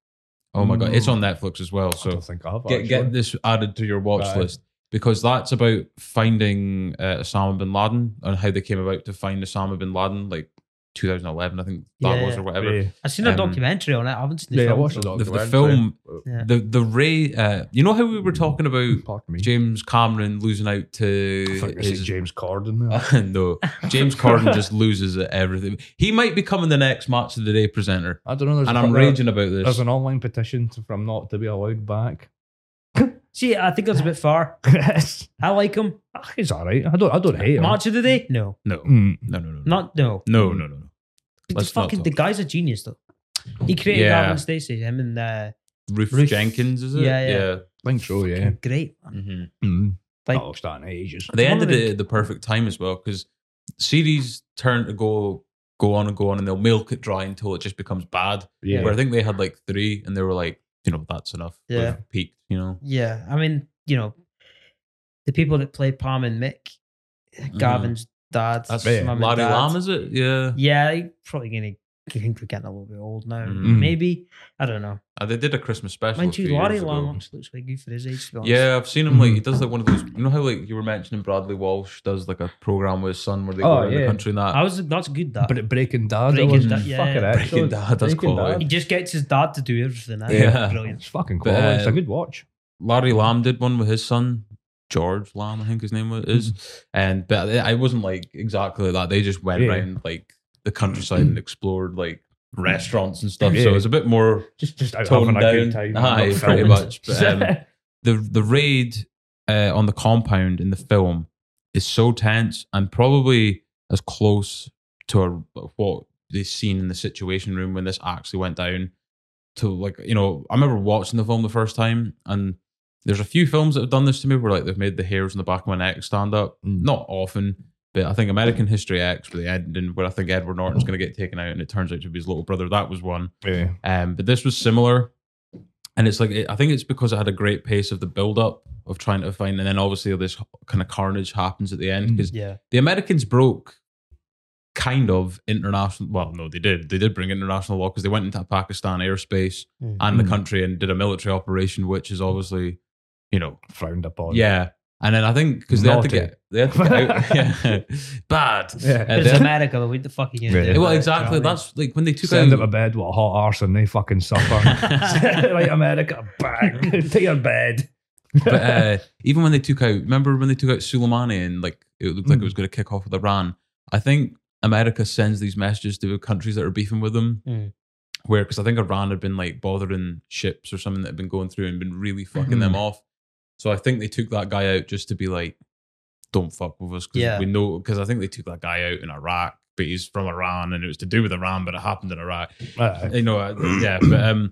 A: Oh my god, it's
C: No.
A: on Netflix as well.
C: Mm. I
A: So
C: don't think I have.
A: get get
C: actually.
A: this added to your watch
C: Right.
A: list because that's about finding uh, Osama bin Laden and how they came about to find Osama bin Laden, like 2011, I think that
B: Yeah.
A: was or whatever.
C: Yeah.
B: I've seen a
A: Um,
B: documentary on it. I haven't seen the
C: Yeah, I
B: film.
C: watched the
A: The, the
C: documentary.
A: film,
B: Yeah.
A: the the Ray, uh, you know how we were
C: Hmm.
A: talking about
C: Pardon me.
A: James Cameron losing out to
C: I think this
A: his
C: is James Corden. there.
A: no, James Corden just loses at everything. He might be coming the next match of the day presenter,
C: I don't know. There's
A: and
C: a-
A: I'm
C: there-
A: raging about this.
C: There's an online petition to- for him not to be allowed back.
B: See, I think that's a bit far.
C: Yes.
B: I like him.
C: Ah, He's all right. I don't. I don't hate him.
B: March of the Day? No.
A: no, no,
C: Mm.
A: no, no, no,
B: Not, no.
A: no, no, no, no.
B: The,
A: Let's not
B: fucking,
A: talk.
B: the guy's a genius, though. He created
A: Yeah.
B: Gavin Stacey, him and uh,
A: Ruth,
B: Ruth-
A: Jenkins, is it?
B: Yeah, yeah.
C: I think so. Yeah.
B: great. man.
A: hmm
C: Mm.
B: Like-
C: oh, starting ages.
A: They
B: It's one of
A: ended
B: the-
A: it at the perfect time as well because series turn to go go on and go on, and they'll milk it dry until it just becomes bad.
C: Yeah.
A: Where I think they had like three, and they were like, you know, that's enough. We've
B: Yeah.
A: peaked. You know,
B: Yeah. I mean, you know, the people that play Palm and Mick, Gavin's dad.
A: Mm. that's
C: Yeah.
B: mum and
A: Larry
B: dad.
A: Lamb, is it? Yeah,
B: Yeah, they probably going to, I think they're getting a little bit old now.
A: Mm.
B: Maybe. I don't know.
A: Uh, they did a Christmas special. a
B: Mind you,
A: few
B: Larry
A: years ago.
B: Lamb actually looks quite good for his age, to be honest.
A: Yeah, I've seen him like
C: Mhm.
A: he does like one of those. You know how like you were mentioning Bradley Walsh does like a program with his son where they
C: Oh,
A: go around the
C: yeah.
A: country and that.
B: I was, that's good, that.
C: But breaking dad.
B: Breaking
C: Breaking
B: Dad,
C: dad.
B: yeah.
C: Fucking excellent.
A: Breaking Dad, that's
C: Breaking
A: quality.
C: Dad.
B: He just gets his dad to do everything. eh?
A: Yeah.
B: Brilliant.
C: It's fucking
A: But,
C: quality. it's
A: uh,
C: a good watch.
A: Larry Lamb did one with his son George Lamb, I think his name was,
C: Hmm.
A: is. and but I wasn't like exactly that. They just went
C: Yeah. Hmm.
A: around like the countryside and explored like restaurants and stuff.
C: Yeah.
A: So it's a bit more
C: Just, just out
A: toned
C: having a
A: down.
C: good time.
A: Aye,
C: not
A: pretty
C: filming.
A: much. But, um, the the raid uh, on the compound in the film is so tense and probably as close to a, what they seen in the situation room when this actually went down to like you know I remember watching the film the first time and There's a few films that have done this to me where like they've made the hairs on the back of my neck stand up.
C: Mm.
A: Not often, but I think American History X with the ending where I think Edward Norton's going to get taken out and it turns out to be his little brother. That was one.
C: Yeah.
A: Um, but this was similar, and it's like it, I think it's because it had a great pace of the build up of trying to find, and then obviously all this kind of carnage happens at the end
C: Mm.
A: because
B: Yeah.
A: the Americans broke kind of international. Well, no, they did. They did bring international law because they went into Pakistan airspace
B: Mm.
A: and the
C: Mhm.
A: country and did a military operation, which is obviously, you know,
C: Frowned upon.
A: yeah. And then I think because they had to
C: Naughty.
A: get they had to get out, yeah. bad.
C: Yeah.
A: Uh,
B: But
A: they
B: it's
A: had-
B: America, but what the fuck are you gonna
C: Yeah.
B: do?
A: well,
B: about it,
A: exactly.
B: do you know what
A: That's like when they took
C: Send
A: out
C: them to bed with a hot arse and they fucking suffer. right, America, bang, to your bed.
A: but uh, even when they took out, remember when they took out Soleimani and like it looked like it was going to kick off with Iran. I think America sends these messages to countries that are beefing with them,
B: Mm.
A: where because I think Iran had been like bothering ships or something that had been going through and been really fucking them off. So I think they took that guy out just to be like, "Don't fuck with us," because
B: Yeah.
A: we know. Because I think they took that guy out in Iraq, but he's from Iran and it was to do with Iran, but it happened in Iraq
C: Uh,
A: you know, uh, yeah, but um,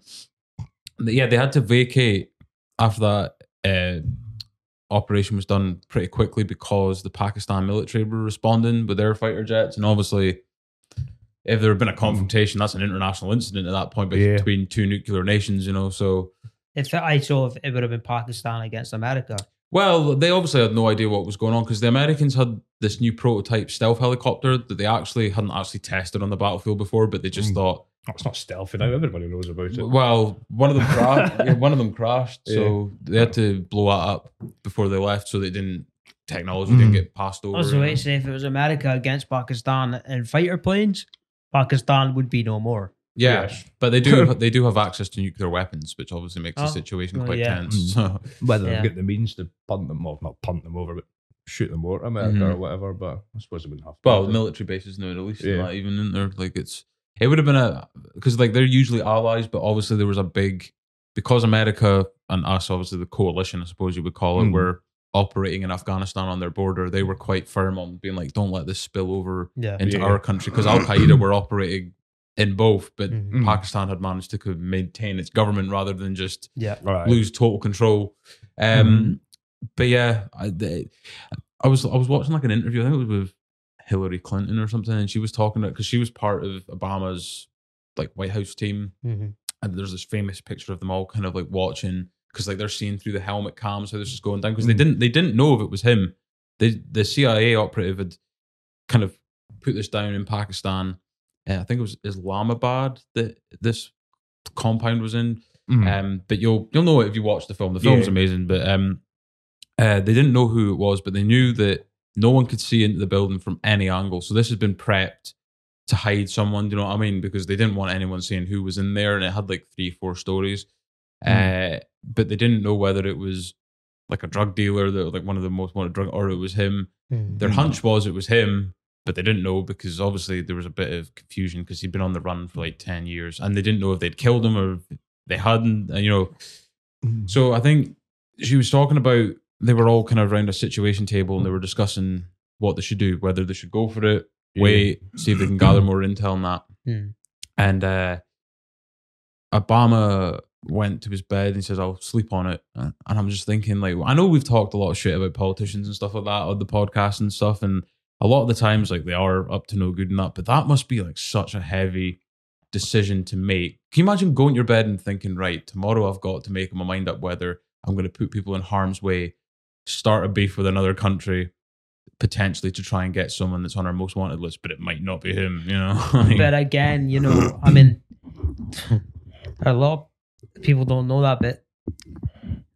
A: yeah, they had to vacate after that uh, operation was done pretty quickly because the Pakistan military were responding with their fighter jets, and obviously, if there had been a confrontation, that's an international incident at that point be-
C: Yeah.
A: between two nuclear nations, you know. So,
B: If I saw if it would have been Pakistan against America,
A: well, they obviously had no idea what was going on because the Americans had this new prototype stealth helicopter that they actually hadn't actually tested on the battlefield before, but they just
C: Mm.
A: thought
C: it's not stealthy now. Everybody knows about it.
A: Well, one of them crashed. yeah, one of them crashed, so they had to blow that up before they left, so they didn't technology didn't
C: Mm.
A: get passed over.
B: also
A: you
B: wait,
A: know.
B: say if it was America against Pakistan and fighter planes, Pakistan would be no more.
A: yeah,
C: Yes.
A: but they do they do have access to nuclear weapons, which obviously makes
B: Oh,
A: the situation
B: well,
A: quite
B: yeah.
A: tense.
C: Mm.
A: So
C: Whether
B: Yeah.
C: they've got the means to punt them off, not punt them over, but shoot them over America
B: Mm-hmm.
C: or
A: Mhm.
C: whatever. But I suppose they wouldn't have. To
A: well, military bases in the Middle East, and
C: Yeah.
A: that even in there, like it's it would have been a because like they're usually allies, but obviously there was a big because America and us, obviously the coalition, I suppose you would call it,
C: Mm.
A: were operating in Afghanistan on their border. They were quite firm on being like, don't let this spill over
B: Yeah.
A: into
C: Yeah.
A: our country because Al Qaeda were operating in both, but
B: Mhm.
C: Mm.
A: Pakistan had managed to co- maintain its government rather than just
B: Yeah.
C: Right. Mm-hmm.
A: lose total control. Um, But yeah, I, the- I was I was watching like an interview. I think it was with Hillary Clinton or something, and she was talking about because she was part of Obama's like White House team,
B: Mhm.
A: and there's this famous picture of them all kind of like watching because like they're seeing through the helmet cams how this is going down because they
C: Mm.
A: didn't they didn't know if it was him. They, the CIA operative had kind of put this down in Pakistan. Uh, I think it was Islamabad that this compound was in.
C: Mm.
A: Um, but you'll you'll know it if you watch the film. The film's
C: Yeah.
A: amazing, but um, uh, they didn't know who it was, but they knew that no one could see into the building from any angle. So this has been prepped to hide someone. Do you know what I mean? Because they didn't want anyone seeing who was in there, and it had like three, four stories.
C: Mm.
A: Uh, but they didn't know whether it was like a drug dealer that was, like one of the most wanted drug, or it was him.
B: Mm-hmm.
A: Their
C: Mhm.
A: hunch was it was him, but they didn't know because obviously there was a bit of confusion because he'd been on the run for like 10 years and they didn't know if they'd killed him or if they hadn't. And, you know,
B: uh,
A: so I think she was talking about they were all kind of around a situation table and they were discussing what they should do, whether they should go for it,
C: Yeah.
A: wait, see if they can gather more intel on that.
B: Hmm.
A: And uh, Obama went to his bed and he says, I'll sleep on it. Uh, And I'm just thinking, like, I know we've talked a lot of shit about politicians and stuff like that on the podcast and stuff. And a lot of the times, like, they are up to no good in that, but that must be like such a heavy decision to make. Can you imagine going to your bed and thinking, right, tomorrow I've got to make my mind up whether I'm going to put people in harm's way, start a beef with another country, potentially to try and get someone that's on our most wanted list, but it might not be him, you know? Like,
B: But again, you know, I mean, a lot of people don't know that bit.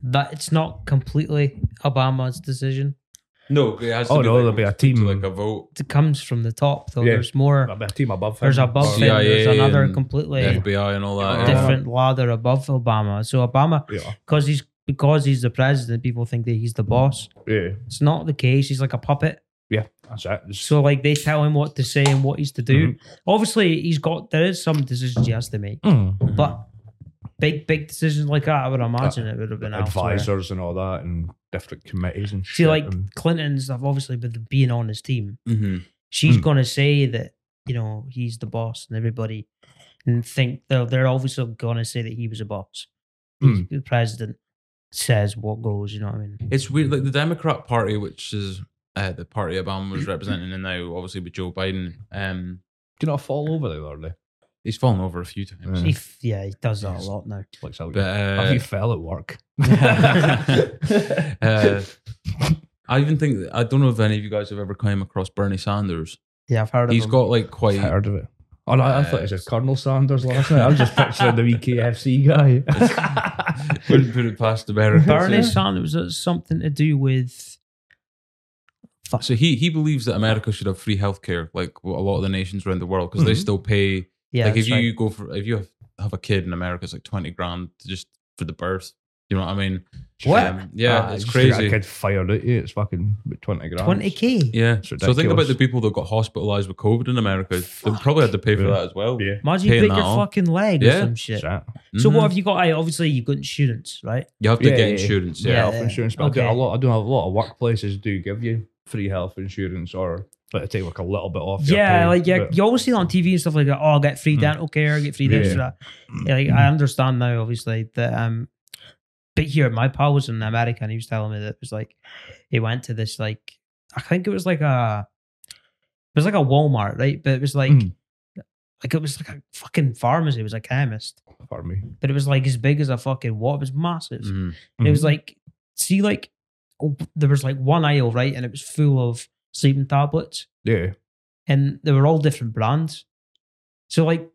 B: That it's not completely Obama's decision.
A: no, it has to
C: Oh,
A: be
C: no,
A: like,
C: there'll be a
A: to
C: team.
A: like a vote.
B: It comes from the top, though.
C: Yeah.
B: There's more.
C: There'll be a team above.
B: There's
C: him. Oh,
B: above him.
A: CIA
B: There's another
A: and
B: completely
A: FBI and all that. yeah.
B: different ladder above Obama. So Obama,
C: Yeah.
B: because he's because he's the president, people think that he's the boss.
C: Yeah.
B: It's not the case. He's like a puppet.
C: That's it. It's-
B: So like they tell him what to say and what he's to do. Obviously, he's got there is some decisions he has to make,
C: Mm.
B: but big big decisions like that, I would imagine
A: Uh,
B: it would have been elsewhere.
C: advisors and all that, and different committees and
B: See,
C: shit.
B: like
C: and-
B: Clinton's, I've obviously been being on his team.
A: Mhm.
B: She's
C: Hmm.
B: gonna say that you know he's the boss and everybody, and think they're they're obviously gonna say that he was a boss, he's the president. says what goes. You know what I mean?
A: Hmm. It's weird, like the Democrat Party, which is uh, the party Obama was representing, and now obviously with Joe Biden, um,
C: Do you not fall over the other day?
A: he's fallen over a few times.
C: Yeah.
B: He f- yeah, he does that a
A: Yes.
B: lot now.
C: Like, so
A: But
C: have
A: uh,
C: you fell at work?
A: uh, I even think I don't know if any of you guys have ever come across Bernie Sanders.
B: Yeah, I've heard of
A: He's
B: him.
A: got like quite.
C: Tired of it. Oh, no, I thought it
B: Uh,
C: was Colonel Sanders last night. I was just picturing the wee KFC guy.
A: Wouldn't put it past America.
B: Bernie
A: So-
B: Sanders was uh, something to do with
A: So he he believes that America should have free healthcare, like what a lot of the nations around the world, because they
C: Mhm.
A: still pay.
B: Mm-hmm. yeah.
A: like if
B: that's
A: you
B: right.
A: go for if you have, have a kid in America, it's like twenty grand just for the birth. You know what I mean? Um, yeah,
C: Ah,
A: it's
C: just to get
A: crazy.
C: A kid fired at you. It's fucking about twenty grand.
B: twenty k.
A: Yeah.
C: It's
A: So think about
C: ridiculous.
A: the people that got hospitalised with COVID in America. They probably had to pay for
C: Yeah.
A: that as well.
C: Yeah.
B: Imagine you
A: Paying
B: break
A: that
B: your
A: off.
B: fucking leg or
A: Yeah.
B: some shit.
C: Shit.
B: So what
A: Mhm.
B: have you got? I obviously you've got insurance, right?
A: You have to
C: Yeah,
A: get
C: yeah, yeah.
A: insurance.
C: Yeah,
A: Yeah.
C: uh, health insurance. But I, do,
B: okay.
C: a lot, I do have a lot of workplaces do give you free health insurance or but they take like a little bit off. your
B: Yeah,
C: pay,
B: like yeah,
C: but-
B: you always see it on TV and stuff like that. Oh, I'll get free
C: Hmm.
B: dental care, get free this,
C: Yeah.
B: or that. Yeah, like
C: Mm,
B: I understand now, obviously that. Um, but here, my pal was in America, and he was telling me that it was like he went to this like I think it was like a it was like a Walmart, right? But it was like
C: Hmm.
B: like it was like a fucking pharmacy. It was a chemist,
C: Pardon me.
B: but it was like as big as a fucking what? It was massive.
A: Mhm.
B: It
C: Mm-hmm.
B: was like, see, like oh, there was like one aisle, right, and it was full of sleeping tablets,
C: Yeah.
B: and they were all different brands. So like,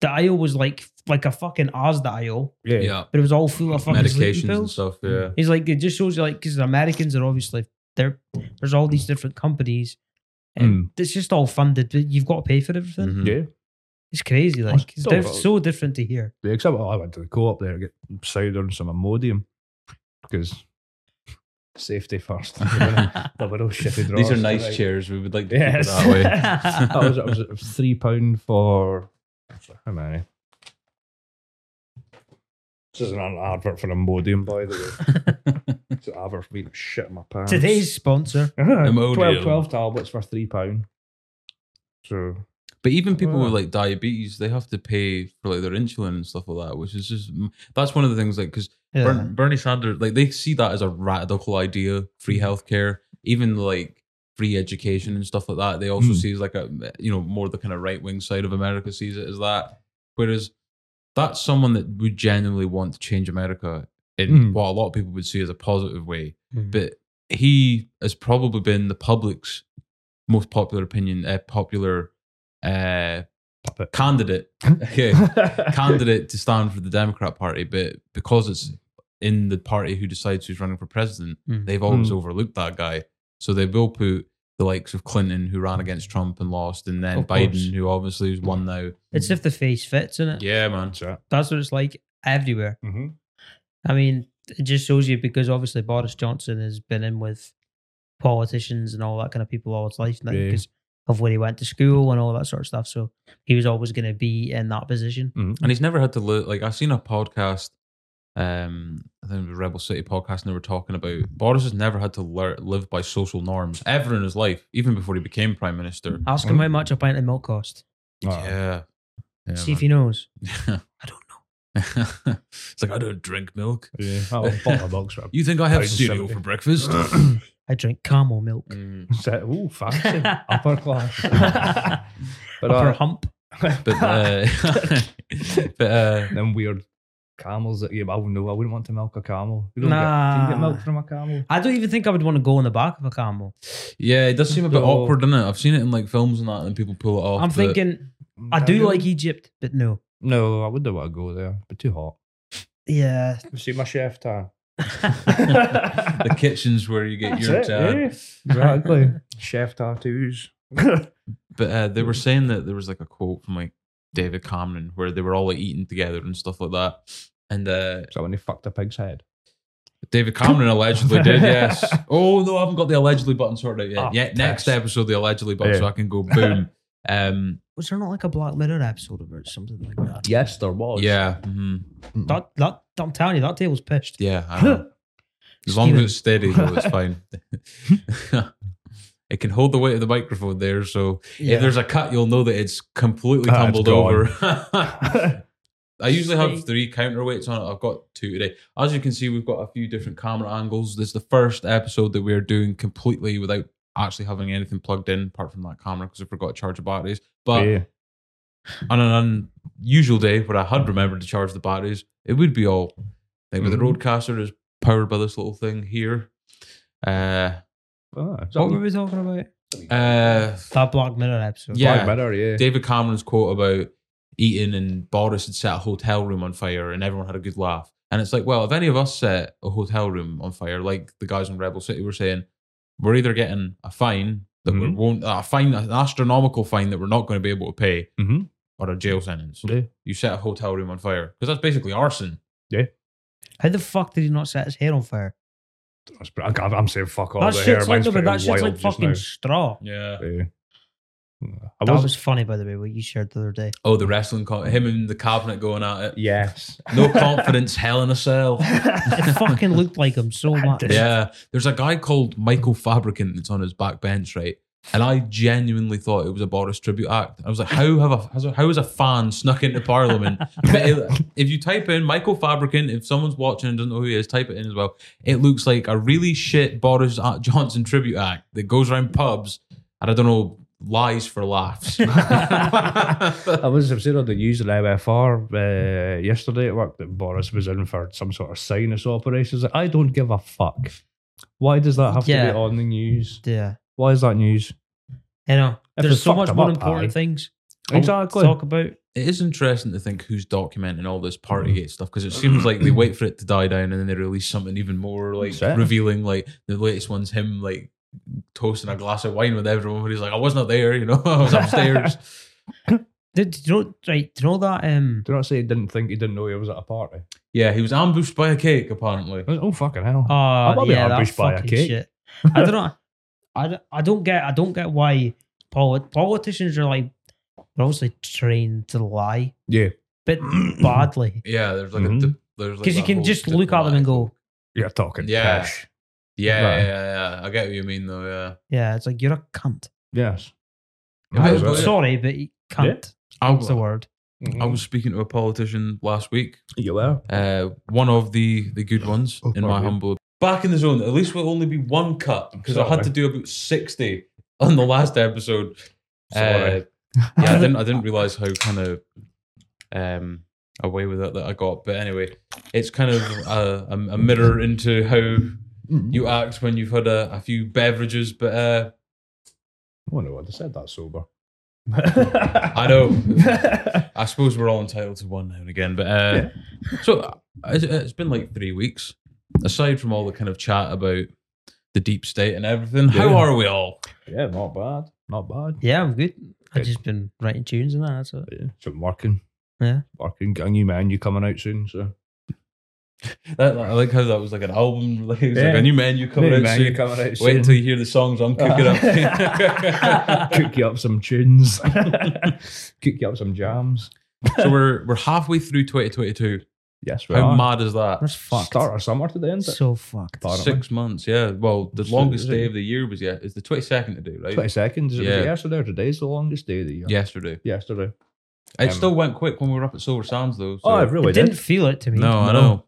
B: the aisle was like like a fucking Asda aisle,
C: Yeah.
A: Yeah.
B: but it was all full of fucking sleeping
A: Medications and
B: pills. Mm-hmm.
A: stuff. Yeah.
B: He's like, it just shows you like because Americans are obviously there. There's all these different companies,
A: Hmm.
B: and it's just all funded. but You've got to pay for everything.
A: Mhm.
C: Mm. Yeah.
B: It's crazy,
C: Oh,
B: like it's
C: so-
B: diff- so different to here.
C: Yeah, except I went to the co-op there to get cider and some Imodium because safety first. there were no shitty drawers.
A: These are nice
C: Right.
A: chairs. We would like to
C: Yes.
A: keep it that way.
C: That was, that was, it was three pound for how many? This isn't an advert for Imodium, by the way. it's an advert for me to shit in my pants.
B: Today's sponsor.
C: 12,
A: Imodium.
C: 12 tablets for three pound. So
A: But even people with
C: Wow.
A: like diabetes, they have to pay for like their insulin and stuff like that, which is just that's one of the things like because
B: Yeah.
A: Bernie Sanders, like they see that as a radical idea, free healthcare, even like free education and stuff like that. They also
C: Hmm.
A: see as like a you know more the kind of right wing side of America sees it as that. Whereas that's someone that would genuinely want to change America in
C: Hmm.
A: what a lot of people would see as a positive way
B: Hmm.
A: but he has probably been the public's most popular opinion, uh, popular uh,
C: Puppet.
A: candidate, yeah, candidate to stand for the Democrat Party. But because it's in the party who decides who's running for president,
B: Mm.
A: they've always
C: Mm.
A: overlooked that guy. So they will put the likes of Clinton, who ran against Trump and lost, and then
B: Of
A: Biden,
B: course.
A: who obviously has won now.
B: It's if the face fits, isn't it?
A: Yeah, man.
C: That's it.
B: That's what it's like everywhere.
C: Mm-hmm.
B: I mean, it just shows you because obviously Boris Johnson has been in with politicians and all that kind of people all his life now
C: Yeah.
B: because of where he went to school and all that sort of stuff. So he was always going to be in that position.
A: and he's never had to look like I've seen a podcast. Um, I think it was Rebel City podcast, and they were talking about Boris has never had to lear- live by social norms ever in his life, even before he became prime minister.
B: Ask him
C: Mm.
B: how much a pint of milk cost.
A: Yeah, yeah
B: See if he knows.
A: man.
B: I don't
A: it's like I don't drink milk.
C: Yeah, oh, bottle of milk's right.
A: You think I have
C: Pound
A: cereal
C: 70.
A: for breakfast?
B: I drink camel milk.
A: Mm.
C: Oh, fancy upper class. but
B: Upper
C: uh,
B: hump.
A: But uh, but uh,
C: them weird camels that you, I wouldn't know. I wouldn't want to milk a camel. You don't get, do you get
B: Nah.
C: milk from a camel.
B: I don't even think I would want to go on the back of a camel.
A: yeah, it does seem a bit
C: So-
A: awkward, doesn't it? I've seen it in like films and that, and people pull it off.
B: I'm
A: but-
B: thinking, I do like Egypt, but no.
C: No, I wouldn't want to go there. But too hot.
B: Yeah.
C: You see my chef tan.
A: the kitchens where you get your tan.
C: exactly. chef tattoos.
A: But uh, they were saying that there was like a quote from like David Cameron where they were all like eating together and stuff like that. And uh,
C: So when they fucked a pig's head.
A: David Cameron allegedly did, yes. Oh no, I haven't got the allegedly button sorted out yet.
C: Ah,
A: yeah, next
C: piss.
A: episode the allegedly button,
C: Yeah.
A: so I can go boom. um,
B: Was there not like a Black Mirror episode about something like that?
C: Yes, there was.
A: yeah, mhm,
B: That, that, I'm telling you, that table's pitched.
A: yeah. I know. As long as
B: Steven.
A: it's steady, though, it's fine. it can hold the weight of the microphone there, so if there's a cut, you'll know that it's completely
C: Ah, it's
A: tumbled
C: gone.
A: over. I usually have
B: Steak.
A: three counterweights on it. I've got two today. As you can see, we've got a few different camera angles. This is the first episode that we're doing completely without actually having anything plugged in apart from that camera because I forgot to charge the batteries. But
C: yeah.
A: on an unusual day where I had remembered to charge the batteries, it would be all. Like with the
C: Mhm.
A: Roadcaster is powered by this little thing here. Uh,
B: Oh,
C: Ah, is that
B: What were we talking about?
A: uh,
B: That Black Mirror episode.
A: Yeah.
C: Black Mirror, yeah.
A: David Cameron's quote about eating and Boris had set a hotel room on fire and everyone had a good laugh. And it's like, well, if any of us set a hotel room on fire, like the guys in Rebel City were saying, we're either getting a fine that we
C: Mhm.
A: won't, a fine, an astronomical fine that we're not going to be able to pay,
C: Mhm.
A: or a jail sentence.
C: Yeah.
A: You set a hotel room on fire because that's basically arson.
B: How the fuck did he not set his hair on fire?
C: That's pre- I- I'm saying fuck all
B: that
C: the hair.
B: shit's like,
C: Mine's
B: no, but
C: pretty
B: that shit's
C: wild
B: like
C: just
B: fucking straw.
A: Yeah.
C: now. Yeah. I
B: That
C: was,
B: was, funny, by the way, what you shared the other day.
A: Oh, the wrestling, co- him and the cabinet going at it.
C: yes.
A: No confidence, hell in a cell.
B: It fucking looked like him so much.
A: Yeah, there's a guy called Michael Fabricant that's on his back bench, right? And I genuinely thought it was a Boris tribute act. I was like, how have a has a- how has a fan snuck into Parliament? But it- if you type in Michael Fabricant, if someone's watching and doesn't know who he is, type it in as well. It looks like a really shit Boris A- Johnson tribute act that goes around pubs and I don't know lies for laughs.
C: I was observing on the news on MFR uh, yesterday at work that Boris was in for some sort of sinus operation. It's like, I don't give a fuck. Why does that have to
B: Yeah.
C: be on the news?
B: Yeah.
C: Why is that news?
B: You know,
C: If it
B: there's so
C: fucked
B: much
C: him
B: more
C: up,
B: important
C: aye.
B: things to
C: Exactly.
B: talk about.
A: It is interesting to think who's documenting all this Partygate stuff because it seems like they wait for it to die down and then they release something even more like
C: Sure.
A: revealing. Like the latest one's him like toasting a glass of wine with everyone, but he's like, "I was not there, you know, I was upstairs."
B: Did, did you know, right, do you know that? Um,
C: Do not say he didn't think he didn't know he was at a party.
A: yeah, he was ambushed by a cake apparently.
C: Oh fucking hell!
B: uh,
C: might be
B: yeah, that
C: ambushed by a
B: fucking
C: cake.
B: shit. I don't know. I, don't- I don't get I don't get why polit- politicians are like they're obviously trained to lie,
C: yeah,
B: but badly.
A: Yeah, there's like
C: Mhm.
A: a dip- there's like
B: Because you
A: that
B: can
A: whole
B: just look at them and go,
A: diplomatic-
C: you're talking
A: Yeah.
C: pish.
A: yeah,
C: Right.
A: yeah, yeah, yeah, I get what you mean though. Yeah,
B: yeah, it's like you're a cunt.
C: Yes.
A: Yeah,
C: Might
A: but-
C: as well.
B: Sorry, but you cunt.
A: I
B: That's the
A: was,
B: word.
A: I
C: Mm-hmm.
A: was speaking to a politician last week
C: You were.
A: uh, one of the the good ones
C: Oh,
A: in my
C: pardon me.
A: humble. Back in the zone. At least will only be one cut because I had
C: Sorry.
A: to do about sixty on the last episode. Uh,
C: Sorry.
A: yeah, I didn't. I didn't realize how kind of um, away with it that I got. But anyway, it's kind of a, a, a mirror into how you act when you've had a, a few beverages. But uh,
C: I wonder what I said that sober.
A: I know. I suppose we're all entitled to one now and again. But uh, so uh, it's, it's been like three weeks. Aside from all the kind of chat about the deep state and everything, how
C: Yeah.
A: are we all?
C: yeah, not bad. Not bad.
B: Yeah, I'm good. I've
C: Good.
B: just been writing tunes and that. That's it.
C: Yeah. So I'm working.
B: Yeah.
C: Working. Got a new menu coming out soon. So
A: That, I like how that was like an album, like, it was like
C: Yeah.
A: a new menu coming
C: New
A: out
C: menu
A: soon.
C: coming out
A: Wait
C: soon.
A: until you hear the songs I'm cooking up.
C: cook you up some tunes. cook you up some jams.
A: so we're we're halfway through 2022.
C: Yes, we
A: How
C: are.
A: mad is that?
B: That's fucked.
C: Start of summer to the end.
B: So fucked.
C: Apparently.
A: Six months, yeah. Well, the
C: So-
A: longest
C: is
A: day
C: it-
A: of the year was yeah, it's the 22nd today, right?
C: Twenty seconds.
A: Yeah.
C: Yeah. Yesterday or today's the longest day of the year.
A: Yesterday.
C: Yesterday.
A: It
C: Um,
A: still went quick when we were up at Silver Sands though. So.
C: oh, it really
B: It didn't
C: did.
B: feel it to me.
A: no, I
C: No.
A: know.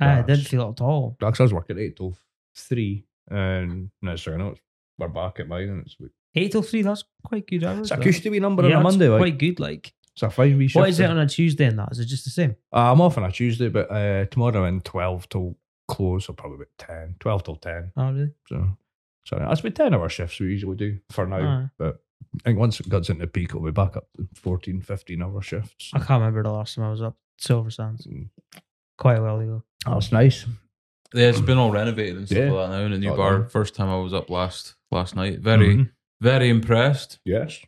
B: I didn't
C: Yes.
B: feel it at all.
C: Because I was working eight till three, and no, sorry, no, it's, we're back at mine, and it's,
B: Eight till three. That's quite good hours.
C: it's a
B: that.
C: cushy wee number
B: yeah,
C: on a
B: that's
C: Monday. Like,
B: quite good. Like,
C: it's a five wee shift.
B: what is it on a Tuesday? And that is it just the same?
C: Uh, I'm off on a Tuesday, but uh, tomorrow I'm in 12 till close, so probably about 10, 12 till 10.
B: Oh, really?
C: So, so that's about 10 hour shifts we usually do for now.
B: Aye.
C: But I think once it gets into peak, it'll be back up to 14, 15 hour shifts.
B: I can't remember the last time I was up Silver Sands.
C: Mm.
B: Quite a while ago.
C: That's nice.
A: Yeah, it's been all renovated and stuff
C: Um, Yeah.
A: like that now in a new
C: Oh,
A: bar.
C: yeah.
A: First time I was up last last night. Very very impressed.
C: Yes. Mm-hmm.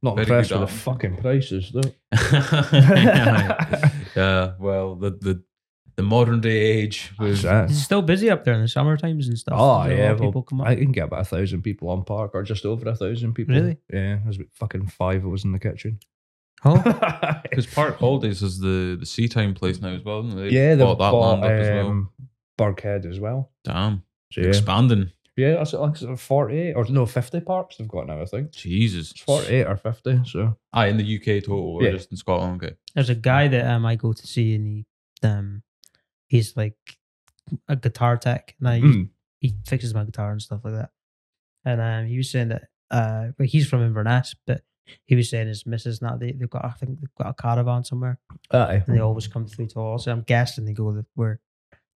C: Not
A: Very
C: impressed
A: good
C: with the
A: arm.
C: fucking prices, though.
A: yeah, well, the the the modern day age was
C: That's it.
B: Is it still busy up there in the summer times and stuff?
C: Oh,
B: Is there a lot
C: yeah,
B: of
C: well,
B: people come
C: I
B: up.
C: can get about a thousand people on park, or just over a thousand people.
B: Really?
C: Yeah, there's about fucking five of us in the kitchen.
B: Oh,
A: because Park Holidays is the the sea time place now as well. Isn't it? They
C: yeah, they've
A: bought that
C: bought
A: land up as well.
C: um, Burghead as well.
A: Damn,
C: So, yeah.
A: expanding.
C: Yeah, that's like it's 48 or no, 50 parks they've got now, I think.
A: Jesus.
C: It's 48 or 50, so.
A: Aye, in the UK total or
C: Yeah.
A: just in Scotland? Okay.
B: There's a guy that um, I go to see, and he um, he's like a guitar tech, and I,
C: Mm.
B: he fixes my guitar and stuff like that. And um, he was saying that uh, like he's from Inverness, but he was saying his missus not they they've got I think they've got a caravan somewhere,
C: Aye.
B: and they always come through to us. I'm guessing they go that where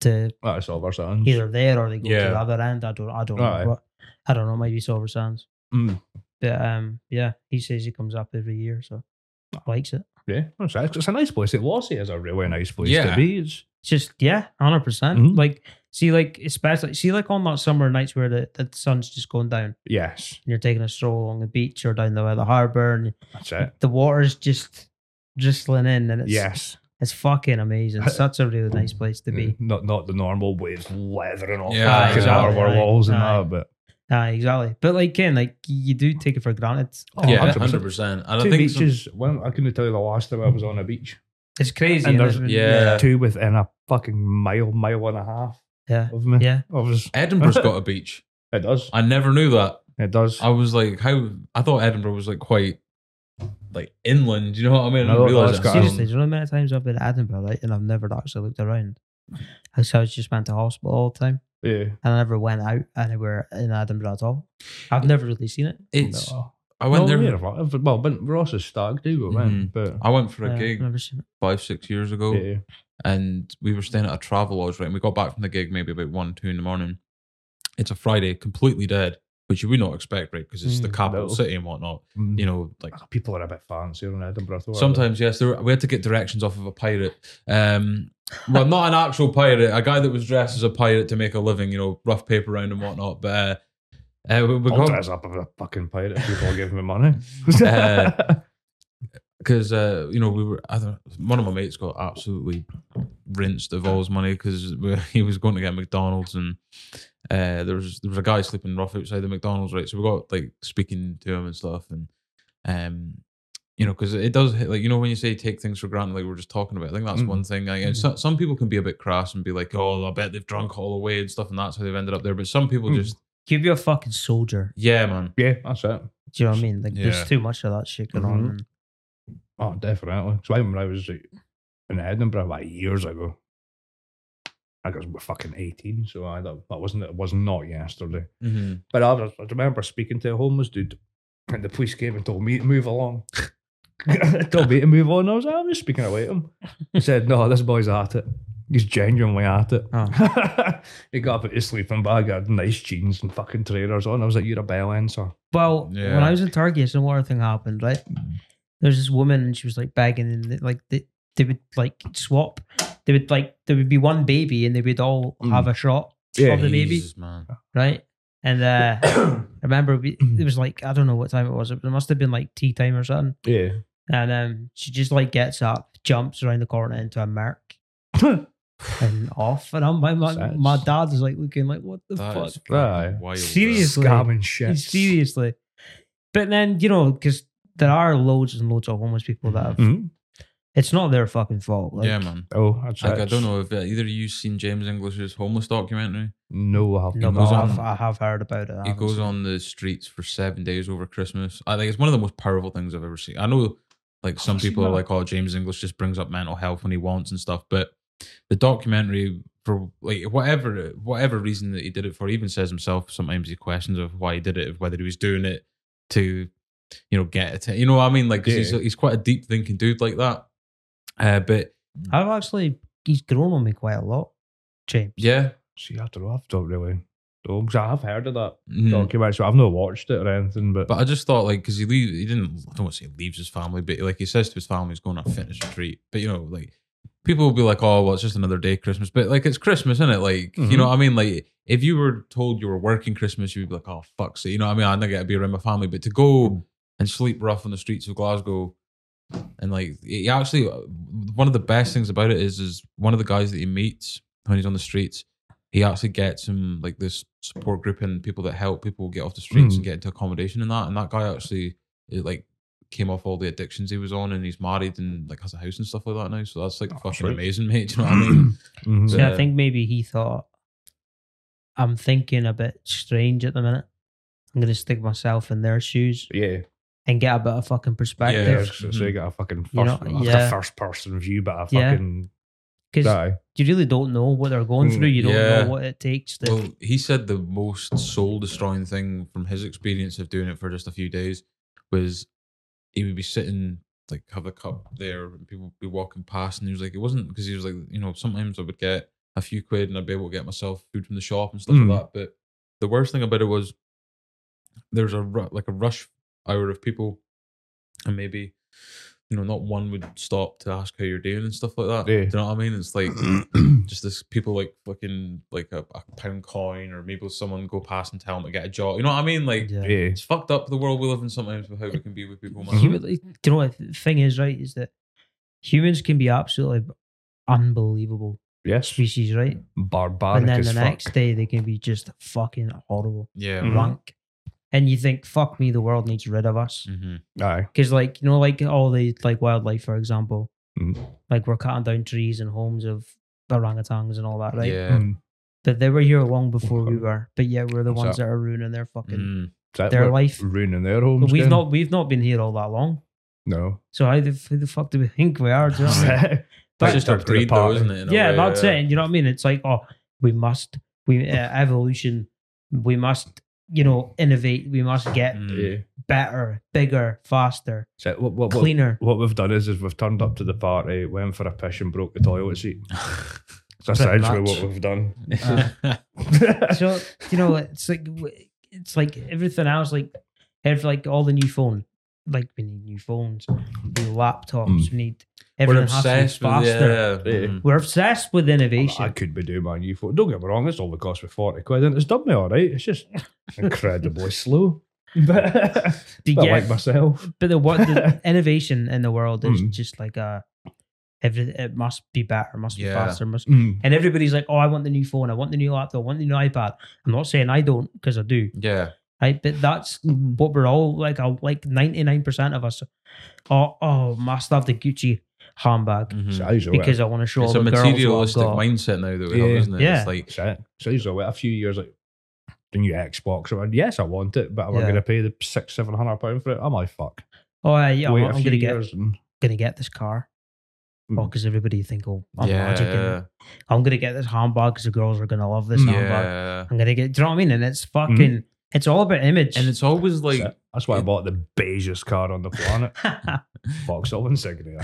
B: to
C: That's all our sons.
B: either there or they go
A: Yeah.
B: to the other end. I don't I don't
C: Aye.
B: know, but I don't know. Maybe Silver Sands,
C: Mm.
B: but um, yeah, he says he comes up every year, so likes it.
C: Yeah, that's right. it's a nice place. It was. It is a really nice place
A: Yeah.
C: to be. It's,
B: It's just yeah, 100 percent.
C: Mhm.
B: Like see, like especially see, like on those summer nights where the, the sun's just going down and
C: yes,
B: you're taking a stroll along the beach or down the by the harbour and
C: that's it.
B: the water's just drizzling in and it's
C: yes, Uh,
B: it's fucking amazing. Such a really nice place to be.
C: not not the normal waves leathering off
A: Yeah,
C: the fucking
B: exactly,
C: harbour
B: aye,
C: walls and
B: aye.
C: that, but
B: Ah, exactly. But like Ken, like you do take it for granted.
C: Oh,
A: yeah,
C: 100%.
A: hundred percent. And I
C: two
A: think some-
C: beaches. Well, I couldn't tell you the last time I was on a beach.
B: It's crazy.
C: And
B: isn't
C: there's-
B: it?
A: yeah.
C: Two within a fucking mile, mile and a half
B: yeah,
C: of me.
B: yeah.
C: Of us.
A: Edinburgh's got a beach.
C: It does.
A: I never knew that.
C: It does.
A: I was like, how? I thought Edinburgh was like quite like inland. You know what I mean? I didn't
C: No, no,
A: realize
C: it's
A: it.
C: got- um
B: Seriously, do you know how many times I've been to Edinburgh, right, and I've never actually looked around. I I was just went to hospital all the time.
C: yeah.
B: and I never went out anywhere in Edinburgh at all. I've never really seen it.
A: It's.
C: No.
A: I went
C: no,
A: there. Mm-hmm.
C: Well, I've- well, been, Ross is stag do we went, but
A: I went for a
B: Yeah, I've
A: gig
B: Uh, never seen it.
A: five six years ago.
C: yeah,
A: and we were staying at a travel lodge, right? And we got back from the gig maybe about one, two in the morning. It's a Friday, completely dead, which you would not expect, right? Because it's the
B: Mm,
A: capital
C: no.
A: city and whatnot.
C: Mm.
A: You know, like
C: people are a bit fancier in Edinburgh. I thought,
A: sometimes, yes, there were, we had to get directions off of a pirate. Um, well, not an actual pirate, a guy that was dressed as a pirate to make a living, you know, rough paper round and whatnot. But uh, uh, we, we
C: I'll
A: got
C: dress up as a fucking pirate if people give me money.
A: Uh, because uh, you know we were I don't, one of my mates got absolutely rinsed of all his money because he was going to get McDonald's and uh, there was there was a guy sleeping rough outside the McDonald's right so we got like speaking to him and stuff and um you know because it does hit, like you know when you say take things for granted like we we're just talking about I think that's
C: Mhm.
A: one thing like, and so, some people can be a bit crass and be like oh I bet they've drunk all the way and stuff and that's how they've ended up there but some people
C: Mhm.
A: just
B: Give you a fucking soldier.
A: yeah man
C: yeah, that's it.
B: Do you know what I mean? Like,
A: Yeah. Mm-hmm.
B: there's too much of that shit going
C: Mhm.
B: on. And
C: Oh, definitely. So I remember I was like, in Edinburgh like years ago. I guess we're fucking eighteen, so I that, that wasn't it was not yesterday.
A: Mhm.
C: But I, was- I remember speaking to a homeless dude, and the police came and told me to move along. told me to move on. I was like, I'm just speaking away to him. He said, No, this boy's at it. He's genuinely at it.
B: Oh.
C: he got up at his sleeping bag, had nice jeans and fucking trainers on. I was like, You're a bell end, sir.
B: Well, when
A: Yeah.
B: I was in Turkey, some water thing happened, right? There's this woman, and she was like begging, and they- like they, they would like swap. They would like there would be one baby, and they would all
C: Mm.
B: have a shot
C: Yeah.
B: of the baby,
A: Jesus, man
B: right? And uh, I remember we, it was like I don't know what time it was. It must have been like tea time or something.
C: Yeah.
B: And um, she just like gets up, jumps around the corner into a Merc and off. And I'm, my, my,
C: That's-
B: my dad is like looking like, what the
A: that is
B: fuck?
A: fucking
C: Aye.
A: wild, bro.
B: Seriously.
C: Scamming shit.
B: Seriously. But then, you know, because there are loads and loads of homeless people that have,
C: Mhm.
B: it's not their fucking fault. Like,
A: Mm-hmm. yeah man
C: Oh, that's
A: Like, I
C: it.
A: don't know if uh, either of you seen James English's homeless documentary.
C: No, I have
B: No,
A: goes
B: but
A: on-
B: I've, I have heard about it. I
A: He
B: haven't
A: goes
B: seen
A: on the streets for seven days over Christmas. I think it's one of the most powerful things I've ever seen. I know, like, some
C: I've seen
A: people are
C: that.
A: like, "Oh, James English just brings up mental health when he wants and stuff," but the documentary, for like whatever whatever reason that he did it for, he even says himself sometimes he questions of why he did it, whether he was doing it to, you know, get it. You know what I mean? Like, 'cause he's
C: Yeah.
A: he's quite a deep thinking dude like that. Uh, but
B: it. I've actually, he's grown on me quite a lot, James.
A: yeah,
C: See, I don't know. I've don't really. Don't, 'cause I have heard of that
A: mm.
C: documentary. So I've not watched it or anything, but,
A: But I just thought like because he leave, he didn't. I don't want to say he leaves his family, but like he says to his family, he's going on a fitness retreat. But you know, like people will be like, "Oh, well, it's just another day, Christmas." But like it's Christmas, isn't it? Like you know what I mean? Like if you were told you were working Christmas, you'd be like, "Oh fuck," so you know what I mean? I'm not gonna be around my family. But to go and sleep rough on the streets of Glasgow. And like he actually, uh, one of the best things about it is, is one of the guys that he meets when he's on the streets, he actually gets him like this support group and people that help people get off the streets
C: Hmm.
A: and get into accommodation and that. And that guy actually it, like came off all the addictions he was on, and he's married and like has a house and stuff like that now. So that's like
C: Oh,
A: fucking
C: sweet. Mm-hmm.
A: amazing, mate. Do you know what I mean?
C: Mhm.
B: See,
A: Yeah.
B: I think maybe he thought, I'm thinking a bit strange at the minute. I'm gonna stick myself in their shoes
C: Yeah,
B: and get a bit of fucking
A: Yeah.
C: yeah.
B: perspective.
C: So, so you got a fucking first,
B: You know,
C: like
B: yeah.
C: a first person view, but a
B: Yeah.
C: fucking
B: Because
C: die.
B: you really don't know what they're going
C: Mm,
B: through. You don't
A: yeah.
B: know what it takes to.
A: Well, he said the most soul destroying thing from his experience of doing it for just a few days was he would be sitting, like, have a cup there, and people would be walking past. And he was like, it wasn't because he was like, you know, sometimes I would get a few quid and I'd be able to get myself food from the shop and stuff
C: Mm.
A: like that. But the worst thing about it was there's a ru- like a rush hour of people, and maybe. You know, not one would stop to ask how you're doing and stuff like that.
C: Yeah.
A: Do you know what I mean? It's like just this people like fucking like a, a pound coin or maybe someone go past and tell them to get a job. You know what I mean? Like
B: Yeah.
C: yeah.
A: it's fucked up the world we live in sometimes with how we can be with people. Man.
B: Human, like, do you know what the thing is, right? Is that humans can be absolutely unbelievable
C: Yes.
B: species, right?
C: Barbaric
B: and then
C: as
B: the
C: fuck.
B: next day they can be just fucking horrible,
A: Yeah.
C: Mhm.
B: rank. And you think, fuck me, the world needs rid of us.
A: Mm-hmm.
C: Aye.
B: Because, like, you know, like all the like wildlife, for example,
C: Mm.
B: like we're cutting down trees and homes of orangutans and all that, right? Mm-hmm.
A: Yeah.
C: Mm.
B: But they were here long before we were. But yeah, we're the
C: What's
B: ones
C: that?
B: that are ruining their fucking.
A: Mm.
C: Is that
B: Their
C: what-
B: life.
C: ruining their homes.
B: But we've
C: then?
B: not we've not been here all that long.
C: No.
B: So how the, who the fuck do we think we are? Do you know what I mean?
A: That's just our
C: Back to the
A: greed, though,
C: party.
A: isn't it? in a
B: yeah,
A: way,
B: that's
A: yeah.
B: it. You know what I mean? It's like, oh, we must, we uh, evolution, we must, you know, innovate. We must get
A: Mm.
C: Yeah.
B: better, bigger, faster,
C: So what, what, what,
B: cleaner.
C: what we've done is, is we've turned up to the party, went for a piss and broke the toilet seat. That's
B: Pretty
C: essentially
B: much.
C: what we've done.
B: Uh, so you know, it's like w- it's like everything else. Like every like all the new phone. Like we need new phones, we need laptops.
C: Mm.
B: We need
A: Hmm. We're
B: everything has to be
A: obsessed with
B: faster.
A: yeah.
C: Yeah.
A: Mm.
B: We're obsessed with innovation.
C: I could be doing my new phone. Don't get me wrong, it's only cost me 40 quid and it's done me all right. It's just incredibly slow. But
B: Do you
C: I
B: get-
C: like myself.
B: but the what the innovation in the world is
A: Hmm.
C: Mm.
B: just like a every it must be better, must be
A: Yeah.
B: faster, must
C: Mm.
B: and everybody's like, oh, I want the new phone, I want the new laptop, I want the new iPad. I'm not saying I don't because I do,
A: Yeah.
B: right? But that's what we're all like. uh, Like 99 percent of us. Oh, oh, must have the Gucci handbag
A: Mhm.
C: Mm. So I used to wear-
B: because I want to show
A: It's
B: all
A: a
B: the girls what I've
A: materialistic
B: got.
A: mindset now that we
C: Yeah.
A: have, isn't it?
B: Yeah.
A: It's like
C: Shit. So I used to wait a few years like the new Xbox or whatever. yes, I want it, but am I
B: Yeah.
C: gonna pay the six, seven hundred pounds for it? Am I fuck?
B: Oh yeah, yeah,
C: wait
B: I'm,
C: a
B: I'm
C: few
B: gonna get
C: years and
B: gonna get this car. Oh,
C: Mm.
B: because everybody think, oh, I'm magic. and
A: yeah.
B: I'm gonna get this handbag because the girls are gonna love this handbag.
A: Yeah. Mm.
B: I'm gonna get. Do you know what I mean? And it's fucking. It's all about image.
A: And it's always like
C: Shit. that's why I bought the beigest car on the planet.
B: it's
C: Vauxhall Insignia.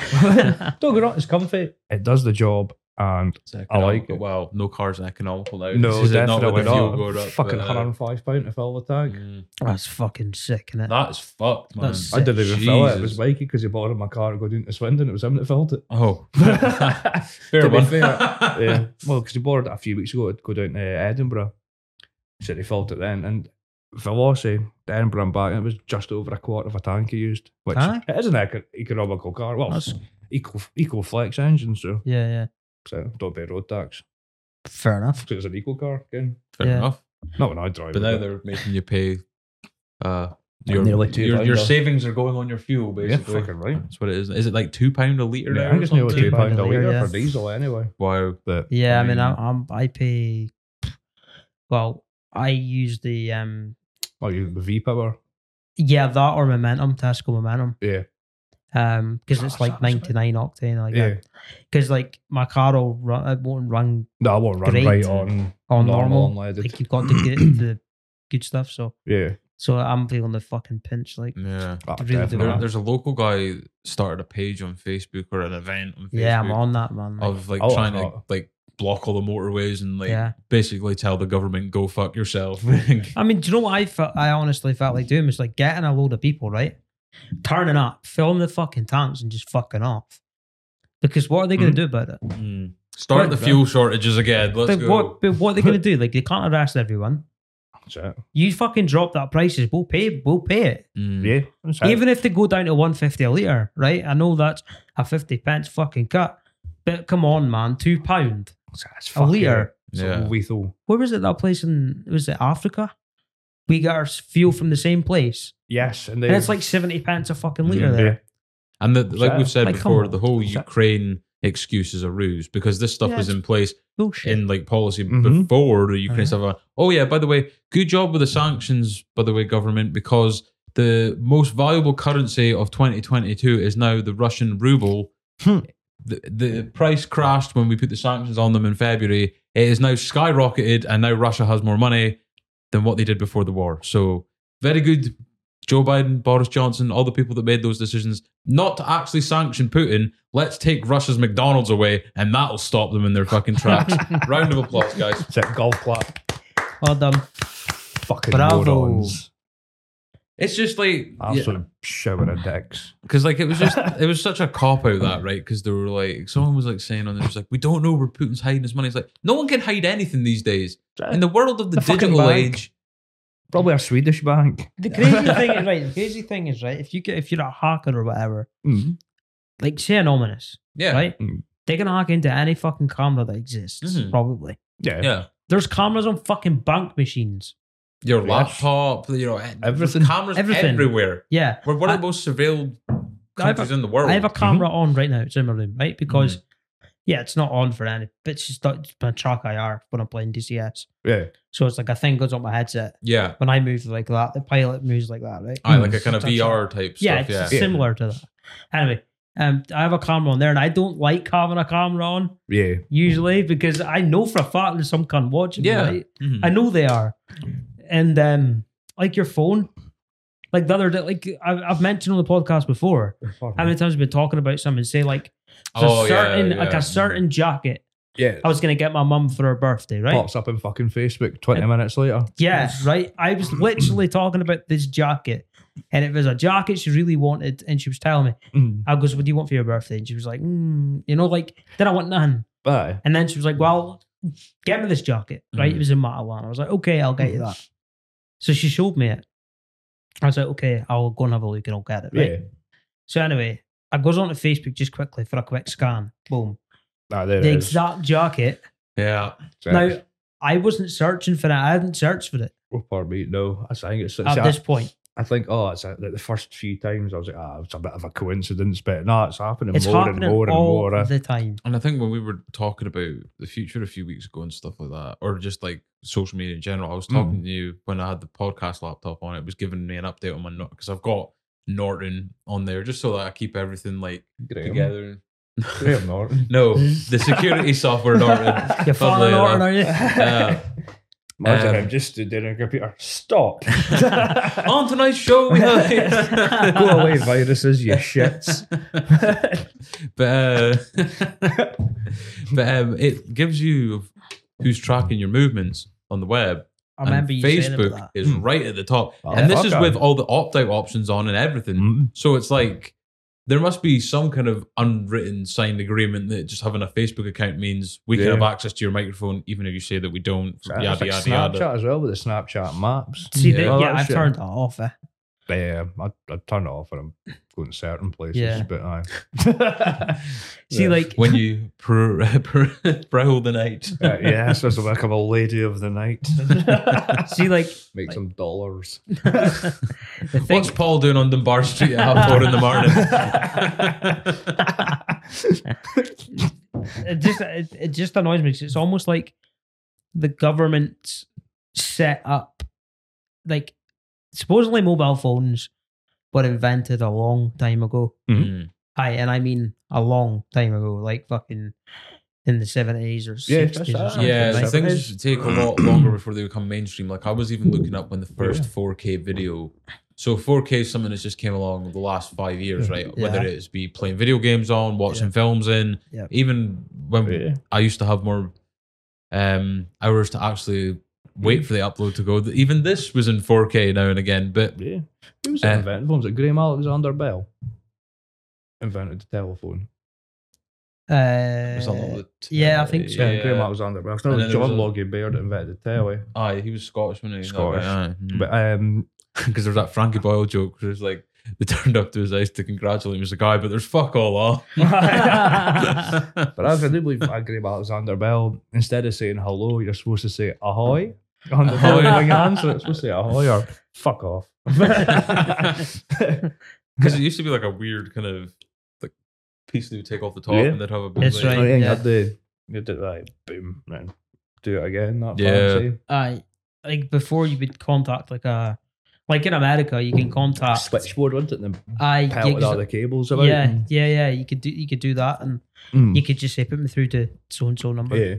C: Don't get wrong, it's comfy. It does the job and
A: It's economical.
C: like it.
A: Well, no cars are economical now.
C: no,
A: This is it,
C: definitely
A: with the
C: not.
A: fuel going up,
C: Fucking
A: but, uh,
C: 105 pound to fill the tank.
A: mm.
B: that's fucking sick, is it?
A: That's fucked, man.
B: That's
C: I didn't even fill it. It
A: Jesus.
C: was Mikey because he borrowed my car to go down to Swindon. It was him that filled it.
A: Oh,
C: To
A: fair
C: be
A: one.
C: fair, yeah. Well, because he borrowed it a few weeks ago to go down to Edinburgh. So he filled it then. And Velocity, the Edinburgh and back, it was just over a quarter of a tank he used, which
B: Aye.
C: it is an eco- economical car. Well,
B: That's-
C: eco, eco flex engine, so,
B: yeah, yeah.
C: so don't pay road tax.
B: Fair enough.
C: So it's an eco car again.
A: Fair
B: Yeah.
A: enough.
C: Not when I drive.
A: But
C: it,
A: now they're making you pay. Uh, your,
C: Nearly two
A: your,
C: pound
A: your
C: a-
A: savings are going on your fuel,
C: yeah,
A: basically.
C: fucking right.
A: That's what it is. Is it like two pound a liter
C: Yeah, I
A: now?
C: think
A: Or
C: it's nearly
A: something?
C: two pound a
B: Pound a
C: litre
B: litre,
C: for
B: yeah.
C: diesel anyway.
A: Wow.
C: But
B: Yeah, I mean,
A: I
B: I
A: mean-
B: I'm, I pay. Well, I use the um.
C: oh, you the V power.
B: Yeah, that or momentum, Tesco momentum.
C: Yeah,
B: Um, because it's
C: Oh,
B: like
C: that's-
B: ninety nine octane, like
C: yeah.
B: that. Because like my car will run, it won't run
C: No, I won't run
B: Great.
C: right on
B: on normal.
C: normal, unleaded.
B: Like you've got to get it to the good stuff. So,
C: yeah,
B: so I'm feeling the fucking pinch. Like,
A: Yeah.
C: Ah,
B: Really do.
A: There,
C: definitely.
A: there's a local guy started a page on Facebook or an event on Facebook
B: yeah, I'm on that man. Like,
A: of like
C: Oh,
A: trying
C: oh.
A: to like block all the motorways and like
B: yeah.
A: basically tell the government go fuck yourself.
B: I mean, do you know what I felt? I honestly felt like doing was like getting a load of people, right? Turning up, filling the fucking tanks and just fucking off. Because what are they going
C: Mhm.
B: to do about it?
A: Mm. Start
C: Right,
A: the
C: bro.
A: fuel shortages again. Let's
B: But
A: go.
B: what, but what are they going to do? Like, they can't arrest everyone.
C: That's it.
B: You fucking drop that prices, we'll pay, we'll pay it.
A: Mm.
C: Yeah, that's it.
B: Even if they go down to 150 a litre, right? I know that's a 50 pence fucking cut, but come on, man, two pound
C: That's
B: a
C: fucking-
B: litre.
C: it's
A: Yeah.
C: lethal.
B: Where was it? That place in, was it Africa? We got our fuel from the same place.
C: Yes, and,
B: And
C: they-
B: it's like 70 pence a fucking litre
A: Yeah.
B: there.
A: And the, like
C: Yeah.
A: we've said
B: Like, come
A: before,
B: on.
A: the whole
C: Yeah.
A: Ukraine excuse is a ruse because this stuff
B: Yeah,
A: was
B: it's
A: in place
B: Bullshit.
A: in like policy
C: Mhm.
A: before the Ukraine
B: Uh-huh.
A: stuff. went, Oh yeah, by the way, good job with the sanctions, by the way, government, because the most valuable currency of 2022 is now the Russian ruble.
C: Hmm.
A: The, the price crashed when we put the sanctions on them in February. It is now skyrocketed, and now Russia has more money than what they did before the war. So, very good, Joe Biden, Boris Johnson, all the people that made those decisions not to actually sanction Putin. Let's take Russia's McDonald's away, and that'll stop them in their fucking tracks. Round of applause, guys.
C: It's that golf clap.
B: well done.
C: Fucking
B: Bravo.
C: morons.
A: It's just like
C: Absolute shower of dicks.
A: because like it was just it was such a cop out that right because they were like someone was like saying on there it was like we don't know where Putin's hiding his money. It's like no one can hide anything these days in the world of the,
C: The fucking
A: digital
C: bank.
A: age.
C: Probably a Swedish bank.
B: The crazy thing is right. The crazy thing is right. If you get if you're a hacker or whatever,
C: Mm.
B: like say anonymous,
A: Yeah,
B: right?
C: Mm.
B: They can hack into any fucking camera that exists.
A: Mhm.
B: Probably
C: Yeah.
A: yeah.
B: there's cameras on fucking bank machines.
A: Your
C: Yes.
A: laptop, you know, eh,
C: Everything.
A: cameras
B: Everything.
A: everywhere.
B: Yeah,
A: We're one of
B: I-
A: the most surveilled
B: I have
A: countries in the world.
B: I have a camera
A: Mm-hmm.
B: on right now. It's in my room, right? Because yeah, it's not on for any. But it's just it's my track IR when I'm playing DCS.
C: Yeah.
B: So it's like a thing goes on my headset
A: yeah,
B: when I move like that. The pilot moves like that, right?
A: I Ah, like a kind of
B: Touch it.
A: VR type
B: Mm-hmm. yeah,
A: stuff.
B: it's
A: Yeah,
C: Yeah.
B: similar to that. Anyway, um, I have a camera on there, and I don't like having a camera on
C: Yeah.
B: usually because I know for a fact there's some cunt watching. me,
A: Yeah.
B: right?
A: Mhm.
B: I know they are, and um, like your phone, like the other day, like I've, I've mentioned on the podcast before, how many times we've been talking about something, say like there's
A: Oh, yeah,
B: a certain
A: yeah.
B: like a certain jacket
C: yeah.
B: I was gonna get my mum for her birthday, right?
C: Pops up in fucking Facebook 20 minutes later.
B: Yeah, right. I was literally talking about this jacket. And it was a jacket she really wanted, and she was telling me,
C: Mm.
B: I goes, "What do you want for your birthday?" And she was like, mm, "You know, like then I want none."
C: Aye.
B: And then she was
C: Mm.
B: like, "Well, get me this jacket, right?" It was in Matalan. I was like, "Okay, I'll get you that." So she showed me it. I was like, "Okay, I'll go and have a look, and I'll get it." Right.
C: Yeah.
B: So anyway, I goes onto Facebook just quickly for a quick scan. Boom,
C: Ah, there
B: the
C: it is.
B: exact jacket.
A: yeah.
B: Now I wasn't searching for it. I hadn't searched for it
C: Oh, pardon me. No, I think it's.
B: at
C: see, I-
B: this point.
C: I think, oh, it's a, like the first few times I was like, ah, it's a bit of a coincidence, but no, it's happening
B: It's
C: more
B: happening
C: and more and
B: all
C: more. eh?
B: the time.
A: And I think when we were talking about the future a few weeks ago and stuff like that, or just like social media in general, I
B: Hmm.
A: was talking to you when I had the podcast laptop on. It was giving me an update on my note because I've got Norton on there just so that I keep everything like
C: Graham.
A: together.
C: Graham Norton.
A: No, the security software Norton.
B: You're falling
A: Lovely,
B: Norton, are
C: eh?
B: you?
A: Uh,
C: Imagine
A: Um,
C: him just stood there on a computer. Stop.
A: on tonight's show, we have.
C: Go away, viruses, you shits.
A: but uh, but um, it gives you who's tracking your movements on the web.
B: I remember
A: and
B: you saying about
A: Facebook
B: that.
A: is
C: Hmm.
A: right at the top,
C: Oh,
A: and this is
C: fucker.
A: with all the opt out options on and everything.
C: Mm.
A: So it's like there must be some kind of unwritten signed agreement that just having a Facebook account means we
C: Yeah.
A: can have access to your microphone, even if you say that we don't.
C: It's like
A: yada yada
C: Snapchat
A: yada.
C: as well with the Snapchat maps.
B: See,
A: Yeah.
B: yeah,
C: All
B: yeah
C: that
B: I've
C: shit.
B: turned that off. Eh?
C: Yeah, I, I turn it off when I'm going to certain places,
B: Yeah.
C: but I.
B: See,
C: Yeah.
B: like
A: When you pr- pr- prowl the night,
C: Uh, yeah, so it's like I'm a lady of the night.
B: see, like
C: Make some dollars.
B: the thing.
A: what's Paul doing on Dunbar Street at half four in the morning?
B: it just it, it just annoys me. 'cause It's almost like the government set up, like supposedly mobile phones were invented a long time ago.
A: Mm.
B: Aye, and I mean a long time ago, like fucking in the seventies or
C: Yeah,
B: sixties. or
C: that's-
B: something.
A: Yeah,
B: like,
A: and things take a lot longer before they become mainstream. Like I was even looking up when the first 4K video. So 4K is something that's just came along the last five years, right? Whether
B: Yeah.
A: it's be playing video games on, watching films in,
B: Yeah.
A: even when
C: Yeah.
A: I used to have more um hours to actually wait for the upload to go. Even this was in 4K now and again, but
C: Yeah. Who was
A: Uh,
C: that invented? Was it Graham Alexander Bell? Invented the telephone.
B: Uh, yeah, I think so.
C: Yeah, uh, Graham Alexander Bell. It's not
A: And then there
C: John
A: was a-
C: Logie Baird that invented the telly.
A: Aye, he was Scottish, wasn't he?
C: Scottish.
A: Hmm.
C: But um,
A: because there's that Frankie Boyle joke where it's like they turned up to his house to congratulate him as a guy, but there's fuck all on.
C: um, but I do believe that Graham Alexander Bell, instead of saying hello, you're supposed to say ahoy. On the
A: Ahoy.
C: phone when you answer, it's supposed to say ahoy or fuck off.
A: Because it used to be like a weird kind of like piece they would take off the top
C: Yeah.
A: and they'd have a big
B: That's
A: like-
B: right.
C: I think
B: yeah.
C: I'd do, you do like boom, then do it again. That
A: Yeah.
C: fancy.
B: Uh, like before you would contact like a like in America you can contact
C: Switchboard, wouldn't it? And then
B: I
C: pelt with all
B: yeah,
C: the cables about.
A: Mm.
B: yeah, yeah, yeah. You could do you could do that and
C: Mm.
B: you could just say put me through to so and so number.
C: yeah.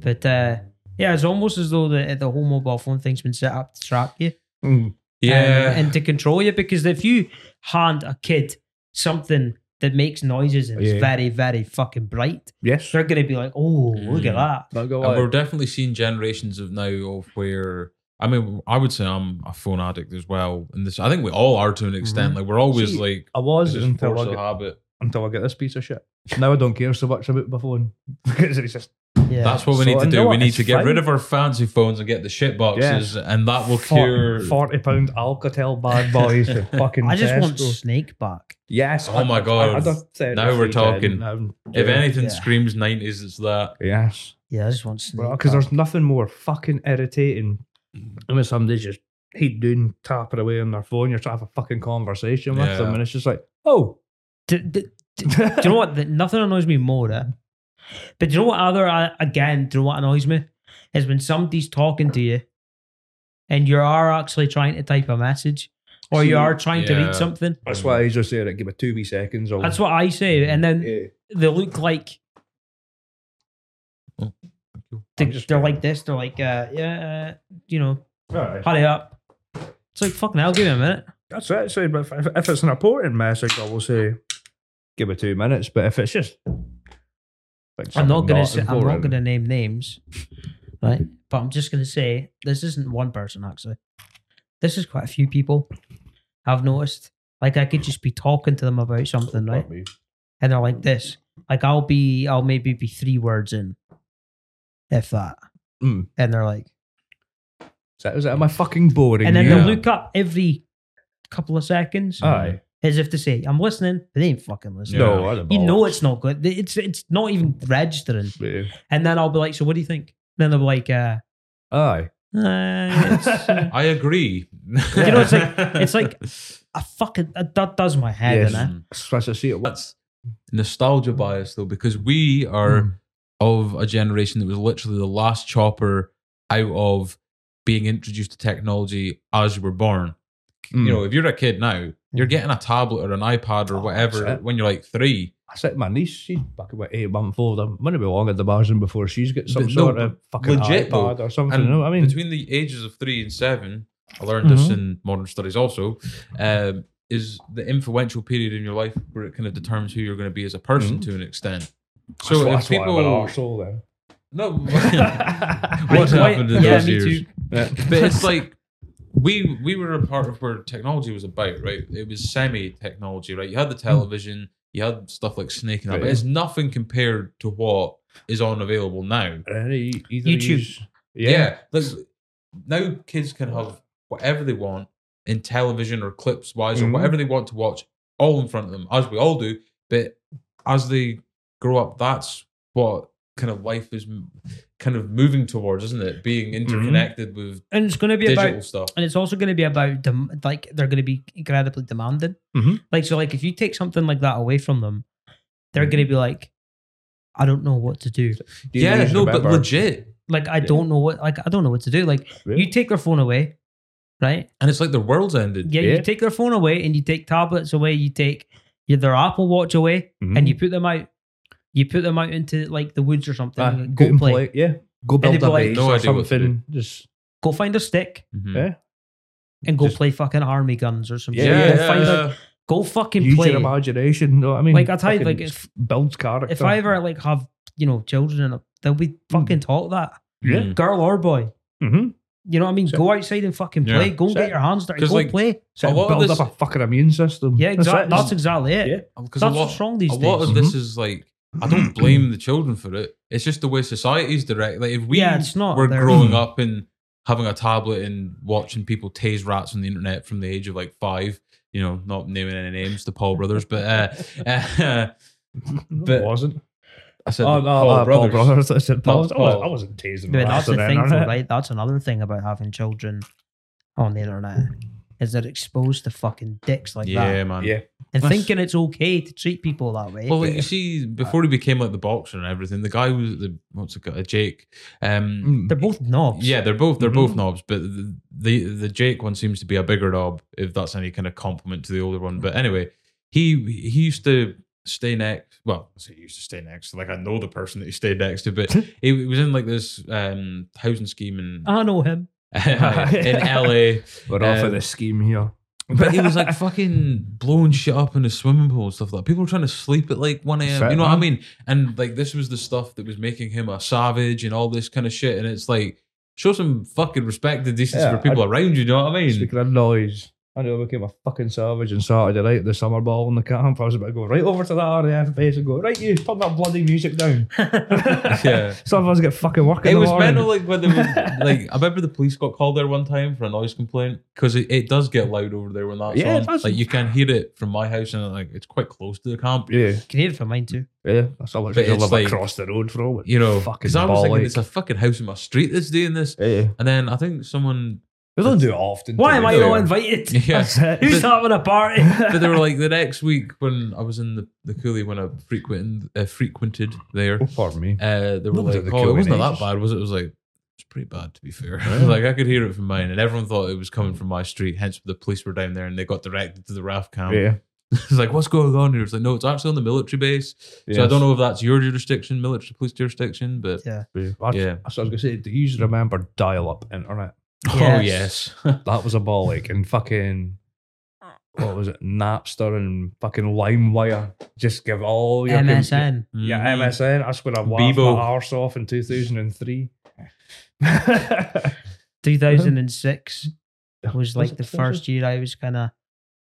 B: But uh, yeah, it's almost as though the the whole mobile phone thing's been set up to track you. um,
C: Mm.
A: Yeah.
B: and, and to control you because if you hand a kid something that makes noises and
C: Yeah.
B: it's very very fucking bright
C: Yes.
B: they're gonna be like oh look at
A: Mm.
B: that
C: Not gonna
A: And
C: lie.
A: we're definitely seeing generations of now of where I mean I would say I'm a phone addict as well, and this I think we all are to an extent. Like we're always
C: Mm-hmm. See,
A: like
C: I was
A: it's just
C: until
A: force
C: I,
A: of
C: got,
A: habit.
C: until I get this piece of shit. Now I don't care so much about my phone because it's just
B: yeah
A: That's what we
C: So,
A: need to
C: and
A: do.
C: no,
A: we need
C: it's
A: to get
C: fine.
A: rid of our fancy phones and get the shit boxes, and that will cure.
C: forty pound Alcatel bad boys. and fucking
B: i just want
C: Tesco.
B: snake back
C: Yes.
A: Oh my God. Now we're talking. If anything
B: Yeah.
A: screams nineties, it's that.
C: Yes.
B: yeah i just want snake
C: Because there's nothing more fucking irritating
A: Mm.
C: than when somebody's just he doing tapping away on their phone. You're trying to have a fucking conversation with
A: Yeah.
C: them, and it's just like, oh,
B: do, do, do you know what That- nothing annoys me more eh? but do you know what other uh, again do you know what annoys me is when somebody's talking to you and you are actually trying to type a message or
C: See,
B: you are trying to
A: yeah.
B: read something
C: That's why I just said it. Give it two wee seconds. Or,
B: that's what i say and then
C: Yeah.
B: they look like they,
C: Oh, I'm just-
B: are like this. They're like, uh, yeah, uh, you know,
C: Alright.
B: hurry up. It's like fucking hell. Give me a minute.
C: That's it. So if, if if it's an important message, I will say give it two minutes. But if it's just, like
B: I'm not
C: something
B: gonna. say, I'm not
C: important-
B: gonna name names, right? But I'm just gonna say this isn't one person actually. This is quite a few people. I've noticed. Like I could just be talking to them about something, right?
C: Fuck me.
B: And they're like this. Like I'll be. I'll maybe be three words in, if that.
C: Mm.
B: And they're like,
C: Is that, is that, am I fucking boring?
B: and then
C: you?
A: Yeah.
B: they'll look up every couple of seconds
C: Aye.
B: as if to say, "I'm listening," but they ain't fucking listening.
A: Yeah.
C: No, I don't
B: You know it's not good. It's it's not even registering.
C: Yeah.
B: And then I'll be like, so what do you think? Then they'll be like, uh,
C: Aye.
B: uh, it's, uh,
A: I agree. You
B: know, it's like- it's like- I fucking uh, that does my head
C: Yes.
B: in it.
C: So as I see it. What?
A: that's nostalgia bias though, because we are
C: Mm.
A: of a generation that was literally the last chopper out of being introduced to technology as you were born.
C: Mm.
A: You know, if you're a kid now,
B: Mm.
A: you're getting a tablet or an iPad or
C: Oh,
A: whatever
C: that's it.
A: when you're like three.
C: I said my niece, she's back about eight months old. I'm going to be long at the bars before she's got some
A: But no,
C: sort of fucking
A: legit
C: iPad
A: though,
C: or something.
A: And
C: you know what I mean?
A: between the ages of three and seven, I learned this
C: Mhm.
B: Mm-hmm.
A: in modern studies also, um, is the influential period in your life where it kind of determines who you're going to be as a person
C: Mhm.
B: Mm-hmm.
A: to an extent.
C: That's
A: So
C: why-
A: if
C: that's why I'm an
A: people-
C: arsehole then.
A: No,
B: I
A: What's
B: quite-
A: happened in
B: yeah,
A: those
B: me
A: years?
B: too.
A: but it's like we we were a part of where technology was about, right? It was semi technology, right? You had the
B: Hmm.
A: television, you had stuff like Snake and that, but
C: Yeah.
A: it's nothing compared to what is on available now.
C: Any- either
B: YouTube.
C: use-
A: Yeah,
C: Yeah.
A: like now kids can have whatever they want in television or clips wise or
C: Mhm.
A: whatever they want to watch, all in front of them, as we all do. But as they grow up, that's what kind of life is m- kind of moving towards, isn't it? Being interconnected with
B: And it's going to be
A: digital
B: about.
A: stuff.
B: And it's also going to be about dem- like they're going to be incredibly demanding.
C: Mhm.
B: Like so, like if you take something like that away from them, they're going to be like, I don't know what to do.
C: Do you
A: yeah,
C: use
A: no, but
C: remember-
A: legit.
B: Like I don't know what. Like I don't know what to do. Like
C: Yeah.
B: you take their phone away, right?
A: And it's like the world's ended.
B: Yeah,
C: Yeah.
B: you take their phone away and you take tablets away, you take your, their Apple Watch away
C: Mhm.
B: and you put them out. You put them out into like the woods or something.
C: Ah,
B: like,
C: go
B: go
C: and
B: play.
C: play. Yeah. Go build
B: they'd
C: a
B: be like-
C: base
A: No
C: or
A: idea what to
C: something. Just
B: Go find a stick
A: Mhm.
C: Yeah.
B: and go
C: Just-
B: play fucking army guns or something.
A: Yeah,
C: Yeah,
B: go,
A: yeah,
B: find
A: yeah.
B: a- go fucking
C: use
B: play.
C: your imagination. You know what I mean?
B: Like I tell you,
C: Fucking
B: like if
C: builds character.
B: if I ever like have you know children and uh, they'll be fucking taught that
C: yeah.
A: Mm.
B: girl or boy.
C: Mm-hmm.
B: You know what I mean?
C: Sure.
B: Go outside and fucking
A: Yeah.
B: play. Go and
C: Sure.
B: get your hands dirty.
A: 'Cause,
B: Go
A: like, Mm.
B: build
A: A
C: So
A: lot of
C: build
A: this-
C: up a fucking immune system.
B: Yeah, exactly.
C: That's
B: That's
C: it.
B: exactly it.
C: Yeah.
A: Because a
B: That's
A: lot,
B: what's wrong these
A: a
B: days.
A: lot of
C: days.
A: this is like, I don't blame the children for it. It's just the way society's direct. Like, if we
B: Yeah, it's not
A: were
B: their-
A: growing up and having a tablet and watching people tase rats on the internet from the age of like five, you know, not naming any names, the Paul brothers, but uh, uh,
C: No,
A: But-
C: it wasn't.
A: I said
C: oh,
A: the
C: no,
A: Paul,
C: uh,
A: brothers.
C: Paul Brothers. I said Paul.
A: Not
C: I, was,
A: Paul.
C: I wasn't tasing
B: But
C: rats
B: that's
C: on
B: the
C: the
B: thing, though,
C: internet.
B: right? That's another thing about having children on the internet is they're exposed to fucking dicks like
A: yeah,
B: that
A: man.
C: Yeah.
B: and
C: That's-
B: thinking it's okay to treat people that way.
A: Well, like, you see, before he became like the boxer and everything, the guy was the what's it called, Jake. Um,
C: Mm.
B: they're both knobs.
A: yeah, they're both they're both
C: Mhm.
A: knobs, but the, the the Jake one seems to be a bigger knob, if that's any kind of compliment to the older one. But anyway, he he used to stay next. Well, I say he used to stay next. Like I know the person that he stayed next to, but he was in like this um housing scheme in
B: I know him.
A: in LA.
C: We're off
A: Um,
C: of the scheme here.
A: But he was like fucking blowing shit up in a swimming pool and stuff like that. People were trying to sleep at like 1 a.m.
C: Fit,
A: You know what I
C: man.
A: mean? And like this was the stuff that was making him a savage and all this kind of shit. And it's like, show some fucking respect and decency
C: Yeah,
A: for people around you, you know what I mean?
C: Speaking of noise, I know I became a fucking savage on Saturday night at the summer ball in the camp. I was about to go right over to the RAF base and go, right, you turn that bloody music down.
A: Yeah.
C: Some of us get fucking work in
A: It
C: the
A: was
C: morning.
A: mental, like when they were, like I remember the police got called there one time for a noise complaint because it, it does get loud over there when that's
C: Yeah, it
A: on.
C: does.
A: Like you can hear it from my house and like it's quite close to the camp.
C: yeah,
B: Can hear it from mine too.
C: yeah. That's all I
A: But
C: live
A: it's like-
C: across the road from.
A: You know,
C: fucking
A: because I was thinking
C: bollock.
A: it's a fucking house in my street that's doing this.
C: Yeah,
A: And then I think someone
C: they don't do it often. to
B: Why
C: be
B: am I
C: fair.
B: not invited?
A: Yeah. But-
B: Who's having a party?
A: but they were like the next week when I was in the, the coulee when I frequented uh, frequented there.
C: Oh, pardon me.
A: Uh, they were like,
C: Nobody at the
A: "Oh, it
C: coulee
A: wasn't
C: now,
A: that
C: just-
A: bad, was it?" It was like it's pretty bad to be fair. like I could hear it from mine, and everyone thought it was coming from my street. Hence, the police were down there and they got directed to the RAF camp.
C: yeah,
A: it's like, "What's going on here?" It's like, "No, it's actually on the military base." So I
C: Yes.
A: don't know if that's your jurisdiction, military police jurisdiction, but
B: yeah.
C: yeah. That's,
A: Yeah.
C: that's what I was gonna say. Do you remember dial-up internet?
A: oh
B: Yes.
A: yes,
C: That was a ball like and fucking what was it? Napster and fucking LimeWire. Just give all your
B: MSN.
A: Mm.
C: Yeah, MSN. That's when I laughed
A: Bebo.
C: my arse off in 2003.
B: 2006 was
C: Was
B: like
C: it-
B: the
C: was
B: first year I was kind of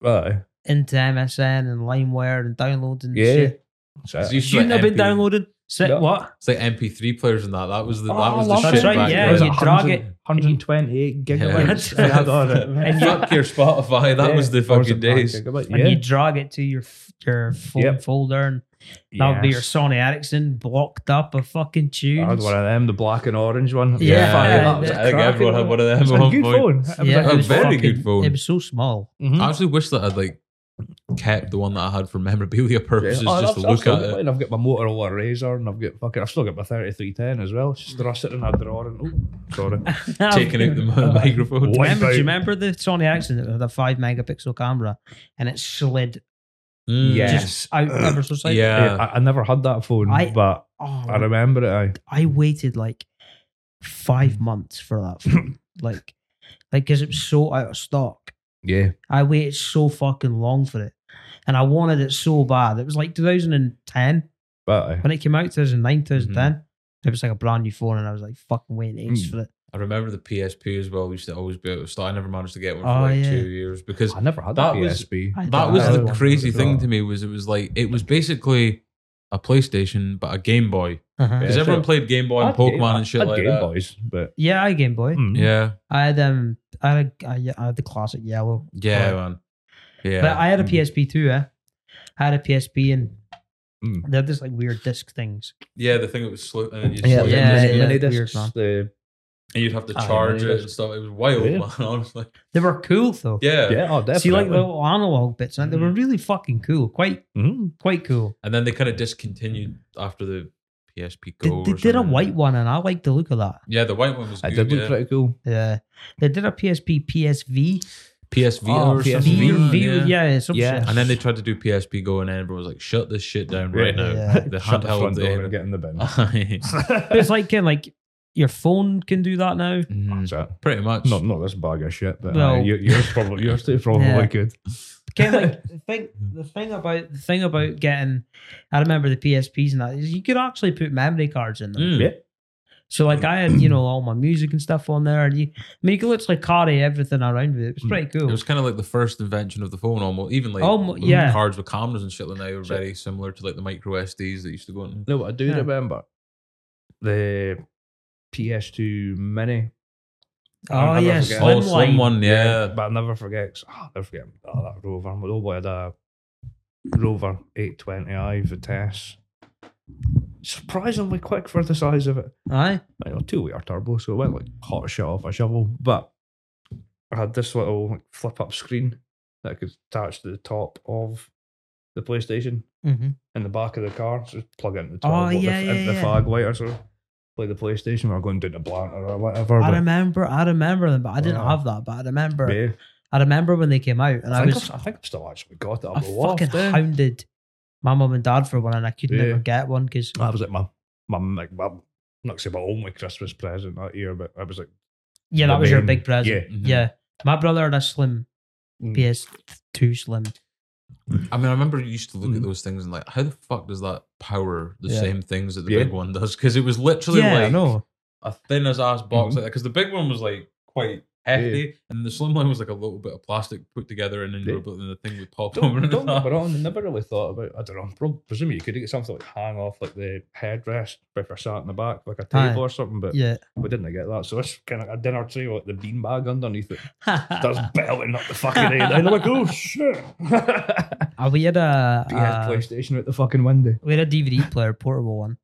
C: Right.
B: into MSN and LimeWire and downloading
C: Yeah.
B: shit.
C: That's
A: It's
C: it.
A: used to
B: Shouldn't have
A: like
B: been
A: MP
B: downloading. Sit,
C: No.
B: What?
A: It's like MP3 players and that. That was the
C: Oh,
A: that
C: I
A: was the
C: love
A: shit
B: That's right,
A: back
B: yeah,
A: then.
C: It was
B: you drag it-
C: 128 gigabytes.
B: Yeah.
C: I had on it.
B: And you-
A: Fuck your Spotify. That
C: Yeah.
A: was the
C: Or was
A: fucking
C: it nine
A: days.
C: gigabyte?
B: And you drag it to your f- your phone
C: Yep.
B: folder, and that would be your
C: Yes.
B: Sony Ericsson blocked up a fucking
C: I
B: tune.
C: had one of them, the black and orange one.
B: Yeah.
C: Fuck, that was
A: I
C: a
A: think
C: cracking
A: everyone had one of them
C: It's
A: at
C: a
A: one
C: good
A: point.
C: phone. It was
B: Yeah, Mm-hmm.
C: like-
A: a
B: it was
A: very
B: fucking-
A: good phone.
B: It was so small.
C: Mhm.
A: I actually wish that I'd like kept the one that I had for memorabilia
C: Yeah.
A: purposes
C: Oh,
A: just to
C: I've- I've
A: look
C: still
A: at
C: got
A: it.
C: mine. I've got my Motorola Razor and I've got fucking. I've still got my 3310 as well. It's just they're all sitting in a drawer and oh, sorry.
A: Taking out the mi- microphone.
C: What?
B: Remember, do
C: Wipeout.
B: you remember the Sony Ericsson that had a five megapixel camera and it slid
A: Mm.
C: Yeah.
B: just out ever so slightly?
A: Yeah.
C: I, I never had that phone,
B: I-
C: but
B: Oh,
C: I remember it. I
B: I waited like five months for that phone. like, like because it was so out of stock.
C: yeah.
B: I waited so fucking long for it, and I wanted it so bad. It was like 2010
C: But I,
B: when it came out.
C: Mm-hmm.
B: 2009, 2010. It was like a brand new phone, and I was like fucking waiting ages
C: Mm.
B: for it.
A: I remember the PSP as well. We used to always be out of stock. I never managed to get one for
B: Oh,
A: like
B: yeah.
A: two years because
C: I never had
A: That
C: that,
A: was-
C: PSP.
B: I
A: that
B: don't
A: was
B: know.
A: the
C: Yeah.
A: crazy thing
C: Yeah.
A: to me was it was like it was basically a PlayStation but a Game Boy
B: Uh-huh.
A: because
C: Yeah,
A: everyone
C: sure.
A: played Game Boy and
C: I'd Game-
A: Pokemon and shit
C: I'd
A: like
C: Game hmm.
A: that.
C: Boys, but
B: Yeah, I had Game Boy.
C: mm.
A: Yeah,
B: I had um, I had, a, I, I had the classic yellow.
A: yeah,
B: Right.
A: man. Yeah,
B: But I had a
C: Mm.
B: PSP too, eh? I had a PSP and
C: Mm.
B: they had this like weird disc things.
A: yeah. The thing that was slow, and then you
B: Yeah,
A: yeah,
B: yeah.
A: yeah.
C: mini, mini
B: weird,
C: discs,
B: man.
C: the,
A: and you'd have to
C: Ah,
A: charge
C: yeah.
A: it and stuff. It was wild,
C: Yeah.
A: man. Honestly,
B: They were cool though.
A: yeah. Mm.
C: yeah, oh, definitely.
B: See, like the little analog bits, and they were really fucking cool. Quite,
C: Mm.
B: quite cool.
A: And then they kind of discontinued after the PSP
B: They,
A: Go.
B: they
A: or
B: did a
A: something.
B: white one, and I liked the look of that.
A: Yeah, the white one was
C: I
A: good.
C: did look
A: yeah.
C: pretty cool.
B: Yeah, they did a PSP PSV,
A: PSV
C: Oh,
A: or
C: PSV.
A: something.
B: V,
A: like that,
B: V, yeah, some
C: Yeah.
B: shit.
A: And then they tried to do PSP Go, and everyone was like, "Shut this shit down
C: Yeah.
A: right now."
B: Yeah.
A: The
C: Shut the
A: handheld. uh,
C: front door and
A: The
C: get in the bin.
B: But it's like, can like your phone can do that now.
A: Mm,
C: That's it.
A: pretty much.
C: Not not this bag of shit, but
B: Well-
C: uh, you, yours probably yours too probably
B: Yeah.
C: good.
B: Kind of like the thing, the thing about the thing about getting, I remember the PSPs and that is you could actually put memory cards in them.
A: Mm.
C: Yeah.
B: So like I had, you know, all my music and stuff on there, and you, I mean, you could literally carry everything around with it. It was
C: Mm.
B: pretty
A: It
B: cool.
A: was kind of like the first invention of the phone, almost. Even like
B: Almo-
A: with
B: yeah.
A: cards with cameras and shit like that were very similar to like the micro SDs that used to go in.
C: No, I do
B: Yeah.
C: remember the PS2 Mini.
B: oh
C: I'll never
B: yeah,
C: forget.
A: Oh,
B: slim line.
A: someone, yeah.
C: but I will never forget. 'cause, ah, I'll never forget oh, that Rover. My old boy had a Rover 820i Vitesse. E Surprisingly quick for the size of it.
B: Aye.
C: Like, a two-liter turbo, so it went like hot shit off a shovel. But I I had this little like, flip up screen that I could attach to the top of the PlayStation
B: Mm-hmm.
C: in the back of the car. So just plug it into the
B: Oh,
C: top of
B: yeah,
C: the,
B: yeah,
C: the
B: yeah.
C: fag light or so. Play the PlayStation or going down to Blantyre or whatever.
B: I
C: but-
B: remember, I remember them, but I didn't
C: Wow.
B: have that. But I remember,
C: Yeah.
B: I remember when they came out, and I,
C: I, think
B: was,
C: I've, I think I've still actually got it.
B: I
C: up the loft,
B: fucking
C: eh?
B: hounded my mum and dad for one, and I could
C: Yeah.
B: never get one because
C: That was like my my like my not say my only Christmas present that year, but I was like
B: yeah,
C: the
B: that was your
C: main-
B: big present.
C: Yeah,
A: Mm-hmm.
B: Yeah. my brother had a slim
C: Mm.
B: PS2 slim.
A: I mean, I remember you used to look
C: Mm.
A: at those things and like, how the fuck does that power the
B: Mm-hmm. Yeah.
A: same things that the
C: Yeah.
A: big one does? Because it was literally
B: yeah, I
A: like
B: know.
A: a thin as ass
C: Mm-hmm.
A: box like that. Because the big one was like quite hefty, and the slim one was like a little bit of plastic put together, and then you
C: Yeah.
A: were putting the thing would pop over.
C: don't,
A: and
C: don't get
A: that.
C: me wrong, I never really thought about I don't know, prob- presumably you could get something like hang off like the headrest if I sat in the back, like a
B: Aye.
C: table or something, but
B: Yeah,
C: we didn't get that. So it's kinda a dinner tray with the beanbag underneath it. That's
B: uh,
C: belting up the fucking head. I'm like, oh shit.
B: we had a,
C: PS
B: a
C: PlayStation out the fucking window.
B: we had a DVD player, portable one,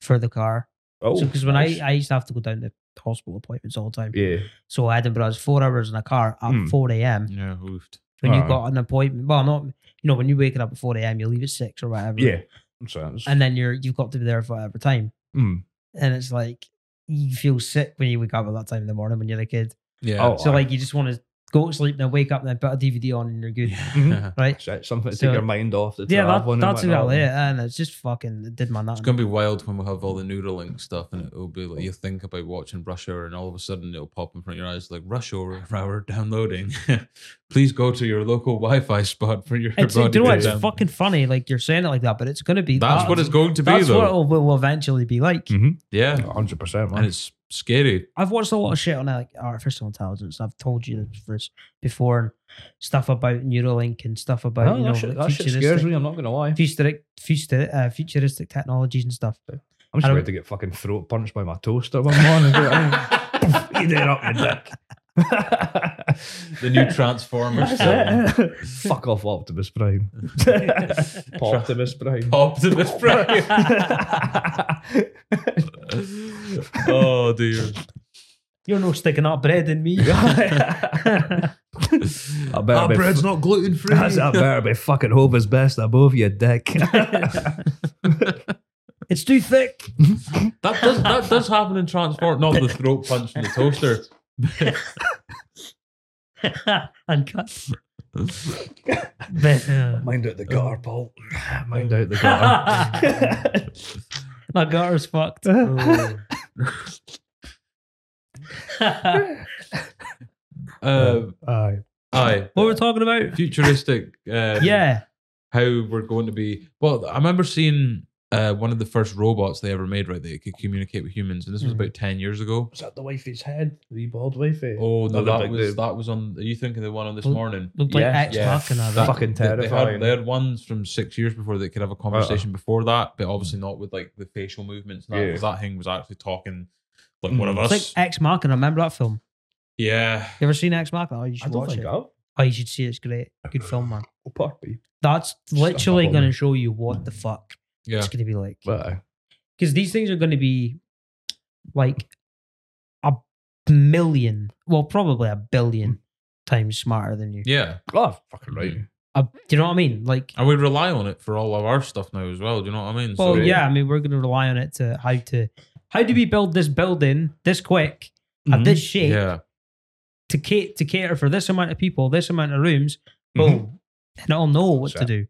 B: for the car.
C: Oh
B: because when I,
C: nice.
B: I used to have to go down to hospital appointments all the time,
C: Yeah.
B: so I had to but I was four hours in a car at
C: Mm.
B: four a.m.
A: Yeah, hoofed.
B: when you
C: Aye.
B: got an appointment. Well, not you know when you're waking up at four a.m. You leave at six or whatever.
C: Yeah. So that's
B: and then you're you've got to be there for whatever time,
C: mm.
B: and it's like you feel sick when you wake up at that time in the morning when you're a kid.
A: Yeah.
C: Oh.
B: So
C: aye.
B: like you just want to go to sleep, then wake up, then put a DVD on, and you're good,
A: Yeah.
B: right?
C: that's it, something to
B: So-
C: take your mind off the
B: Yeah,
C: travel
B: that,
C: and
B: that's
C: whatnot.
B: exactly it, and it's just fucking it did my nut.
A: It's gonna be wild when we have all the Neuralink stuff, and it'll be like you think about watching Rush Hour, and all of a sudden it'll pop in front of your eyes like Rush Hour hour downloading. Please go to your local Wi-Fi spot for your
B: It's you
A: body.
B: know what, it's
A: to download."
B: fucking funny. Like you're saying it like that, but it's gonna be
A: That's what it's going to be,
B: That's
A: though.
B: what it will eventually be like.
C: Mm.
A: yeah,
C: hundred percent, man. Oh,
A: and it's scary.
B: I've watched a lot of shit on like artificial intelligence. I've told you this before and stuff about Neuralink and stuff about
C: No,
B: you know
C: Oh, that, shit,
B: like,
C: that shit
B: futuristic-
C: scares me. I'm not gonna lie.
B: futuristic, futuristic, uh, futuristic technologies and stuff.
C: I'm
B: I
C: just
B: don't-
C: about to get fucking throat punched by my toaster one morning. Eat it up,
A: The
C: your
A: new Transformers. film.
C: dick. Fuck off, Optimus Prime. Optimus Prime.
A: Optimus Prime. oh dear.
B: You're no sticking that bread in me.
C: I better be f-
A: not gluten free.
C: That's- I better be fucking hope is best above you, dick.
B: it's too thick.
A: That does that does happen in Transform, not the throat punch in the toaster.
B: and cut. But, uh,
C: Mind out the gutter, Paul. Oh. Mind out the gutter.
B: my gutter's fucked. Oh. what
A: Uh,
C: Aye.
A: aye,
B: were we talking about?
A: futuristic. Um,
B: Yeah.
A: how we're going to be. Well, I remember seeing uh, one of the first robots they ever made, right? That could communicate with humans, and this was
B: Mhm.
A: about ten years ago.
C: Was that the wifey's head? The bald wifey?
A: Oh no,
C: Oh, the
A: that
C: big-
A: was
C: the-
A: that was on. Are you thinking the one on this
B: Well,
A: morning?
B: Looked like
C: Yeah,
B: Ex
A: yeah.
B: Machina.
A: That-
B: That,
C: Fucking
A: they- They
C: terrifying. Oh.
A: had, they had ones from six years before that could have a conversation before that, but obviously not with like the facial movements. And that,
C: Yeah.
A: 'cause that thing was actually talking like one of
C: Mm.
A: us.
B: Hmm. it's like Ex Machina. Remember that film?
A: yeah,
B: You ever seen Ex Machina? Oh, you should
C: I don't
B: watch
C: think
B: it.
C: I've.
B: Oh, you should see it. It's great. Good film, man.
C: Oh, puppy.
B: That's
C: Just a
B: literally
C: bubble.
B: going to show you what the fuck
A: yeah.
B: it's going to be like.
C: But
B: because these things are going to be like a million, well, probably a billion times smarter than you.
A: Yeah,
C: oh, fucking right.
B: A- do you know what I mean? Like,
A: and we rely on it for all of our stuff now as well. Do you know what I mean?
B: well,
A: So-
B: yeah, I mean, we're going to rely on it to how to how do we build this building this quick at this shape
A: yeah,
B: to cater to cater for this amount of people, this amount of rooms,
C: Mhm.
B: boom, Mm-hmm. and it'll know what to
C: Sure.
B: do,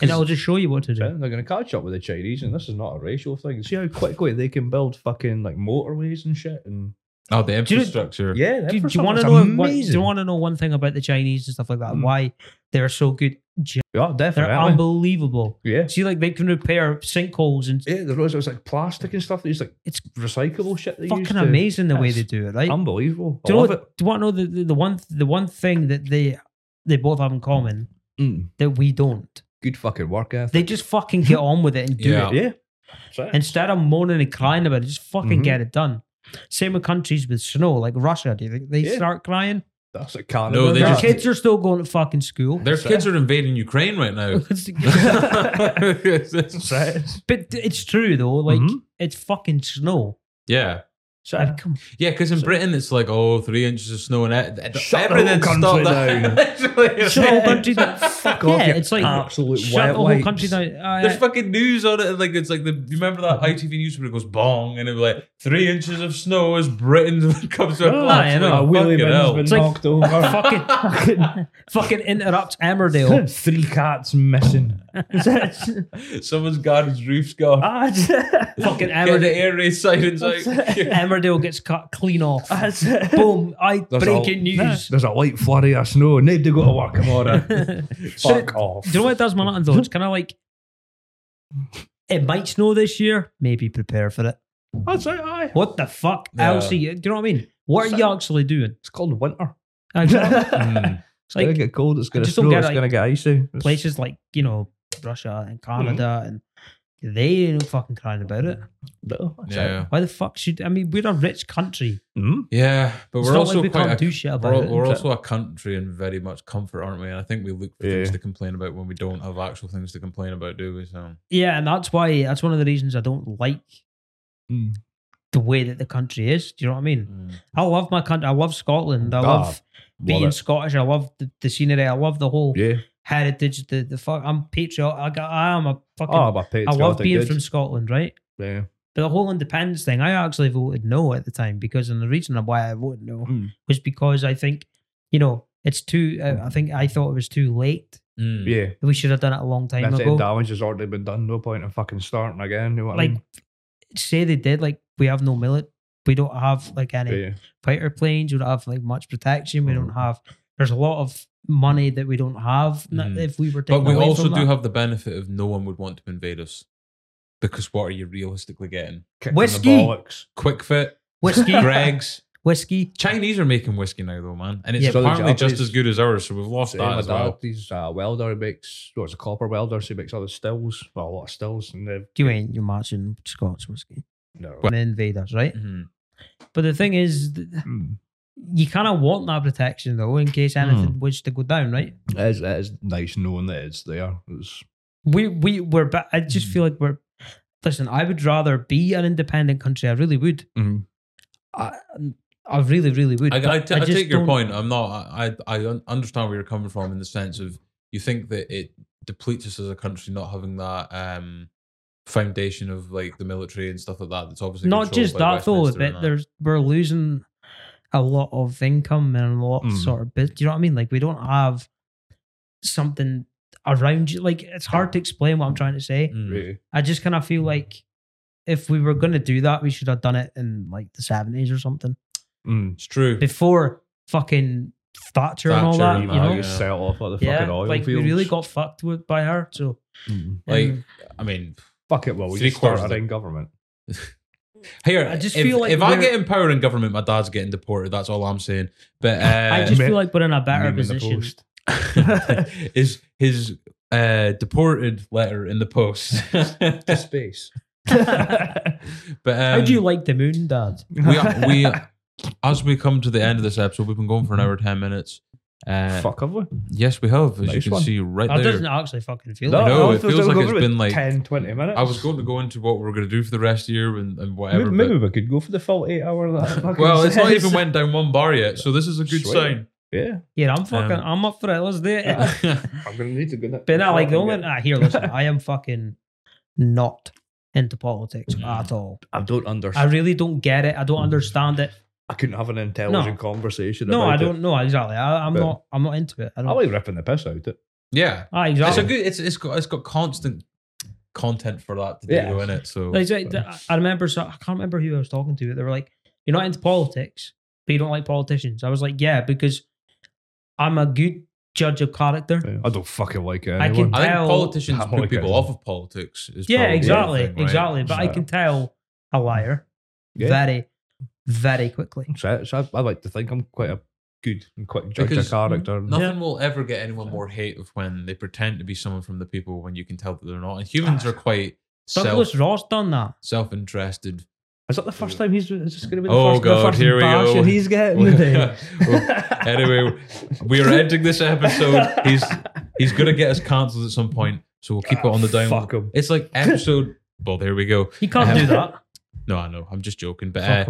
B: and it'll just show you what to
C: Yeah,
B: do.
C: They're going to catch up with the Chinese, and this is not a racial thing. See how quickly they can build fucking like motorways and shit. And
A: oh, the
B: you know-
A: infrastructure.
C: yeah,
B: Do, do you want to know? What, do you want to know one thing about the Chinese and stuff like that?
C: Mm.
B: Why they're so good?
C: Yeah,
B: They're
C: definitely.
B: unbelievable.
C: Yeah.
B: See, like they can repair sinkholes and
C: Yeah, there was, it was like plastic and stuff. These like
B: It's
C: it's recyclable shit. They used
B: fucking
C: to- Um
B: amazing the way
C: Yes.
B: they do it, right?
C: Unbelievable. I
B: do you know
C: love it.
B: what, do you want to know the, the, the one the one thing that they they both have in common
C: Mm.
B: that we don't?
C: Good fucking work ethic.
B: They just fucking get on with it and do
A: Yeah.
B: it.
C: yeah. That's it.
B: Instead of moaning and crying about it, just fucking
C: Mhm.
B: get it done. Same with countries with snow, like Russia. Do you think they
C: Yeah.
B: start crying?
C: That's a Canada.
A: No, they
B: Their
A: just-
B: kids are still going to fucking school.
A: Their kids are invading Ukraine right now.
C: That's it.
B: but it's true though. Like
C: Mhm.
B: it's fucking snow.
A: yeah,
B: So I'd come.
A: Yeah, because in Britain it's like oh, three inches of snow and it, it,
C: Shut the
A: everything's
C: whole
A: stopped
C: country
A: up. Literally,
B: Shut the whole country down.
C: Fuck
B: Yeah,
C: off, you
B: it's like,
C: absolute
B: Shut the whole
C: wetwipes.
B: country down. Aye,
A: There's
B: aye.
A: fucking news on it. and, Like it's like the you remember that ITV news where it goes bong and it was like three inches of snow as Britain comes to a
B: Oh,
A: collapse.
B: I know.
A: Like,
C: A wheelie
A: fucking hell.
C: bin's Uh,
B: It's
C: been
B: like-
C: knocked over.
B: fucking, fucking interrupt Emmerdale.
C: Three cats missing.
A: Someone's garage roof's gone.
B: Ah, it's- fucking
A: Get the
B: Emmerdale.
A: air raid sirens out.
B: Emmerdale gets cut clean off. Boom! I
C: There's
B: breaking
C: a,
B: news.
C: There's a light flurry of snow. Need to go to work tomorrow. Fuck off.
B: Do you know what it does, my nothing though? It's kind of like it might snow this year. Maybe prepare for it.
C: That's it, aye.
B: What the fuck
A: Yeah.
B: else? Are you, do you know what I mean? What are
C: So-
B: you actually doing?
C: It's called winter.
B: It's
A: Mm.
C: gonna
B: like
C: get cold. It's gonna
B: just don't
C: snow.
B: get,
C: It's
B: like,
C: gonna get icy. It's-
B: places like you know Russia and
C: Mm-hmm.
B: Canada and they ain't fucking crying about it.
C: No, that's it.
A: yeah,
B: Why the fuck should I mean? We're a rich country.
C: Mm.
A: yeah, but
B: It's
A: we're
B: not
A: also
B: like we
A: quite
B: can't
A: a
B: do shit about
A: We're, al-
B: it.
A: we're also a country in very much comfort, aren't we? And I think we look for things
C: Yeah.
A: to complain about when we don't have actual things to complain about, do we? So
B: Yeah, and that's why that's one of the reasons I don't like
C: Mm.
B: the way that the country is. Do you know what I mean? I love my country. I love Scotland. I
C: Ah,
B: love being
C: Love it.
B: Scottish. I love the, the scenery. I love the whole
C: Yeah.
B: heritage. The the fuck. I'm patriot. I got. I am a fucking.
C: Oh, but
B: Ah, I love being from Scotland, right?
C: Yeah.
B: But the whole independence thing, I actually voted no at the time because, and the reason of why I voted no
A: Hmm.
C: Mm.
B: was because I think, you know, it's too.
A: Hmm.
B: I, I think I thought it was too late.
A: Mm.
C: Yeah.
B: We should have done it a long time
C: That's
B: ago.
C: it. Damage has already been done. No point in fucking starting again. You know what
B: like,
C: I mean?
B: say they did. Like, we have no millet. We don't have like any.
C: Yeah.
B: fighter planes. We don't have like much protection. We
A: Hmm.
B: don't
C: Mm.
B: have. There's a lot of money that we don't have. n-
A: Mhm.
B: If we were
A: But
B: taken
A: we
B: away
A: also
B: from
A: do
B: that.
A: have the benefit of no one would want to invade us because what are you realistically getting?
C: Kicking
B: Whiskey.
C: The bollocks.
A: Quick Fit,
B: whiskey,
A: Greg's.
B: whiskey.
A: Chinese are making whiskey now, though, man, and it's
B: Yeah,
C: but-
A: apparently
C: So the
A: just as good as ours. So we've lost
C: See,
A: that
C: my
A: as
C: dad,
A: well.
C: he's a uh, welder. He makes, well, it's a copper welder, so he makes other stills, well, a lot of stills, and they
B: You ain't you're matching Scots whiskey.
C: no.
B: And then invaders, right?
A: Mhm.
B: But the thing is, th-
C: Mm.
B: you kind of want that protection though, in case
A: Hmm.
B: anything was to go down, right?
C: It is, it is nice knowing that it's there. It's,
B: We we we're. ba- I just
A: Hmm.
B: feel like we're. Listen, I would rather be an independent country. I really would.
C: Mhm.
B: I, I really, really would.
A: Mm-hmm. I,
B: but
A: I, t- I
B: just
A: take your
B: don't-
A: point. I'm not. I I I un- understand where you're coming from in the sense of you think that it depletes us as a country not having that um foundation of like the military and stuff like that. That's obviously
B: not
A: controlled
B: just
A: by
B: that though,
A: Westminster and
B: but there's we're losing a lot of income and a lot of
A: Hmm.
C: Mm.
B: sort of bit. You know what I mean? Like we don't have something around you. Like it's hard to explain what I'm trying to say.
A: that. Mm.
C: really-
B: I just kind of feel like if we were going to do that, we should have done it in like the seventies or something
C: mm.
A: It's true.
B: before fucking Thatcher, and all
A: Thatcher
B: that.
A: and
B: You
A: that,
B: know,
A: Uh, yeah.
C: set off at the
B: yeah,
C: fucking oil
B: like
C: fields.
B: we really got fucked with by her. So
C: Mm.
A: Like,
B: um,
A: I mean,
C: Fuck it, well, we
A: Three
C: just start
A: quarters of
C: our own government.
A: here
B: I just
A: if,
B: feel like
A: if I
B: we're-
A: get in power in government, my dad's getting deported. That's all I'm saying. But uh,
B: I just
C: me-
B: feel like we're in a better
C: Meme in the
B: position.
C: post.
A: his his uh, deported letter in the post.
C: To space.
A: but um,
B: How do you like the moon, Dad?
A: we are, we as we come to the end of this episode, we've been going for an hour ten minutes. Uh,
C: Fuck, have we?
A: Yes, we have. As you
C: Nice
A: can
C: one.
A: see right
B: That
A: there.
B: doesn't actually fucking feel
A: No,
B: like. it.
A: it
C: so
A: feels
C: we'll
A: like
C: go
A: it's
C: for
A: been like-
C: 10, 20 minutes.
A: I was going to go into what we're going to do for the rest of the year and, and
C: Maybe,
A: whatever.
C: maybe we could go for the full eight hour. That
A: but,
C: fucking
A: well, it's not
C: says.
A: even went down one bar yet, so this is a good
C: Sweet.
A: sign.
C: Yeah,
B: Yeah, I'm fucking.
A: Um,
B: I'm up for it. Let's do it.
C: I'm gonna need to go.
B: but not like the only. Ah, here, listen. I am fucking not into politics
A: Mm.
B: at all.
C: I don't
B: I
C: understand.
B: really don't get it. I don't understand it.
C: I couldn't have an intelligent conversation.
B: No,
C: about
B: I
C: it.
B: don't know exactly. I, I'm
C: But- Oh,
B: not. I'm not into it. I
C: I
B: don't.
C: like ripping the piss out it.
A: yeah,
B: Ah,
A: it's a
B: exactly.
A: good. It's it's got it's got constant content for that to do
C: Yeah.
A: though in it. So
B: Like, so- I- I remember. So, I can't remember who I was talking to. But they were like, "You're not into politics, but you don't like politicians." I was like, "Yeah, because I'm a good judge of character."
C: I don't fucking like it.
B: I
C: Anyone.
B: can-
A: I think
B: Well,
A: politicians
C: I'm
A: put
C: like
A: people
C: it.
A: off of politics. Is
B: Yeah,
A: probably the
B: exactly,
A: thing, right?
B: exactly. But I
C: So-
B: can tell a liar
C: Yeah.
B: very, very quickly.
C: So, so I, I like to think I'm quite a good and quick judge
A: Because
C: of character.
A: Nothing will ever get anyone more hate of when they pretend to be someone from the people when you can tell that they're not. And humans
B: Ah.
A: are quite self
B: Douglas Ross done that.
A: self interested.
C: Is that the first time he's? Is this going to be the
A: Mm. Oh,
C: first,
A: God,
C: the first
A: here we
C: bash
A: go.
C: that he's getting today?
A: anyway, we are ending this episode. He's he's gonna get us cancelled at some
B: Ah,
A: point, so we'll keep it on the down.
C: Fuck him.
A: It's like episode. Well, there we go.
B: He can't do that.
A: No, I know. I'm just joking. But
B: Fuck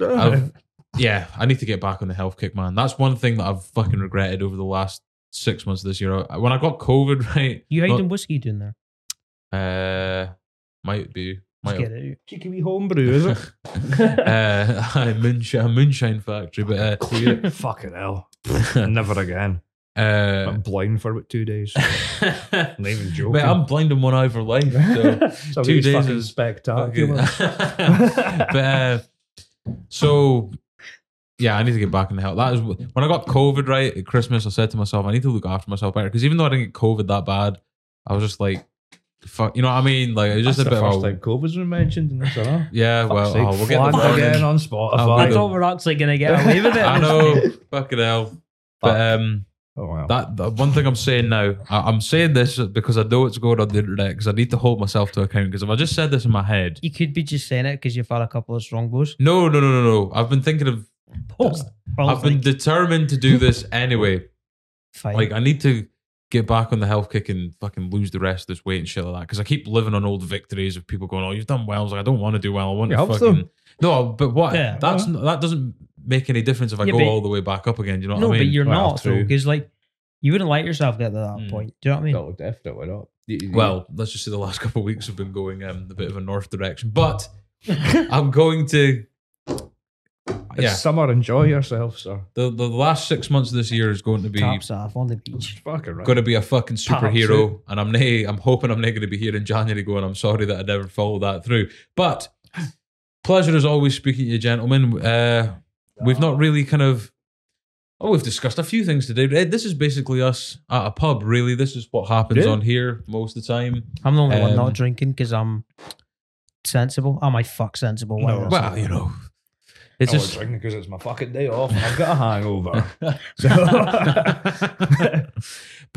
A: uh,
B: 'em.
A: I've- yeah, I need to get back on the health kick, man. That's one thing that I've fucking regretted over the last six months of this year. I- When I got COVID, right?
B: You
A: not-
B: hiding whiskey doing there?
A: Uh, might be.
B: Just
A: Might
B: get it
C: Cheeky wee homebrew, is it?
B: out.
A: uh, moonshine, a moonshine factory, but uh, clear.
C: Fucking hell. Never again.
A: Uh,
C: I'm blind for about two days. Not even joking.
A: Mate, I'm blind in one eye for life. So
C: so
A: two
C: he's
A: days
C: fucking
A: is fucking-
C: spectacular.
A: but uh, so yeah, I need to get back in the health. That is when I got COVID right at Christmas. I said to myself, I need to look after myself better because even though I didn't get COVID that bad, I was just like, fuck, you know what I mean? Like it was just
C: That's
A: a bit
C: the first
A: of a,
C: time COVID's been mentioned in this, huh?
A: yeah. Well, oh, we'll get the
B: Fuck
A: fucking-
C: again on
A: I
B: I
C: Spotify.
A: know.
B: thought we're actually gonna get away with it.
A: I know, fucking hell. But um,
C: Oh wow.
A: that, that one thing I'm saying now, I, I'm saying this because I know it's going on the internet because I need to hold myself to account because if I just said this in my head,
B: You could be just saying it because you've had a couple of strong blows.
A: no, no, no, no, no. I've been thinking of
B: Post.
A: I've been determined to do this anyway.
B: fine.
A: Like I need to get back on the health kick and fucking lose the rest of this weight and shit like that. Because I keep living on old victories of people going, "Oh, you've done well." I was like, I don't want to do well. I want
C: It
A: to
C: helps
A: fucking
C: them.
A: no. But what?
B: Yeah.
A: That's n that doesn't make any difference if I
B: Yeah,
A: go
B: but-
A: all the way back up again. Do you know
B: no,
A: what I
B: but
A: mean?
B: you're
C: Well,
B: not though,
C: true.
B: because like you wouldn't let yourself get to that
A: Mm.
B: point. Do you know what I mean?
C: No, definitely not. You- you-
A: well, let's just say the last couple of weeks have been going um, a bit of a north direction, but I'm going to
C: it's
A: yeah.
C: summer. Enjoy yourself, sir.
A: the the last six months of this year is going to be
B: Tops off on the beach.
C: Fucking right.
A: going to be a fucking
C: Perhaps
A: superhero, and I'm nay, I'm hoping I'm not going to be here in January going. I'm sorry that I never followed that through, but pleasure is always speaking to you, gentlemen. Uh, we've not really kind of oh, we've discussed a few things today. but, eh, This is basically us at a pub, really. This is what happens
C: Yeah.
A: on here most of the time.
B: I'm the only one
A: Um,
B: not drinking because I'm sensible. Am I fuck sensible? Why
C: No.
B: not?
A: Well, you know, it's
C: I was
A: just
C: drinking because it's my fucking day off. and I've got a hangover. so.
A: but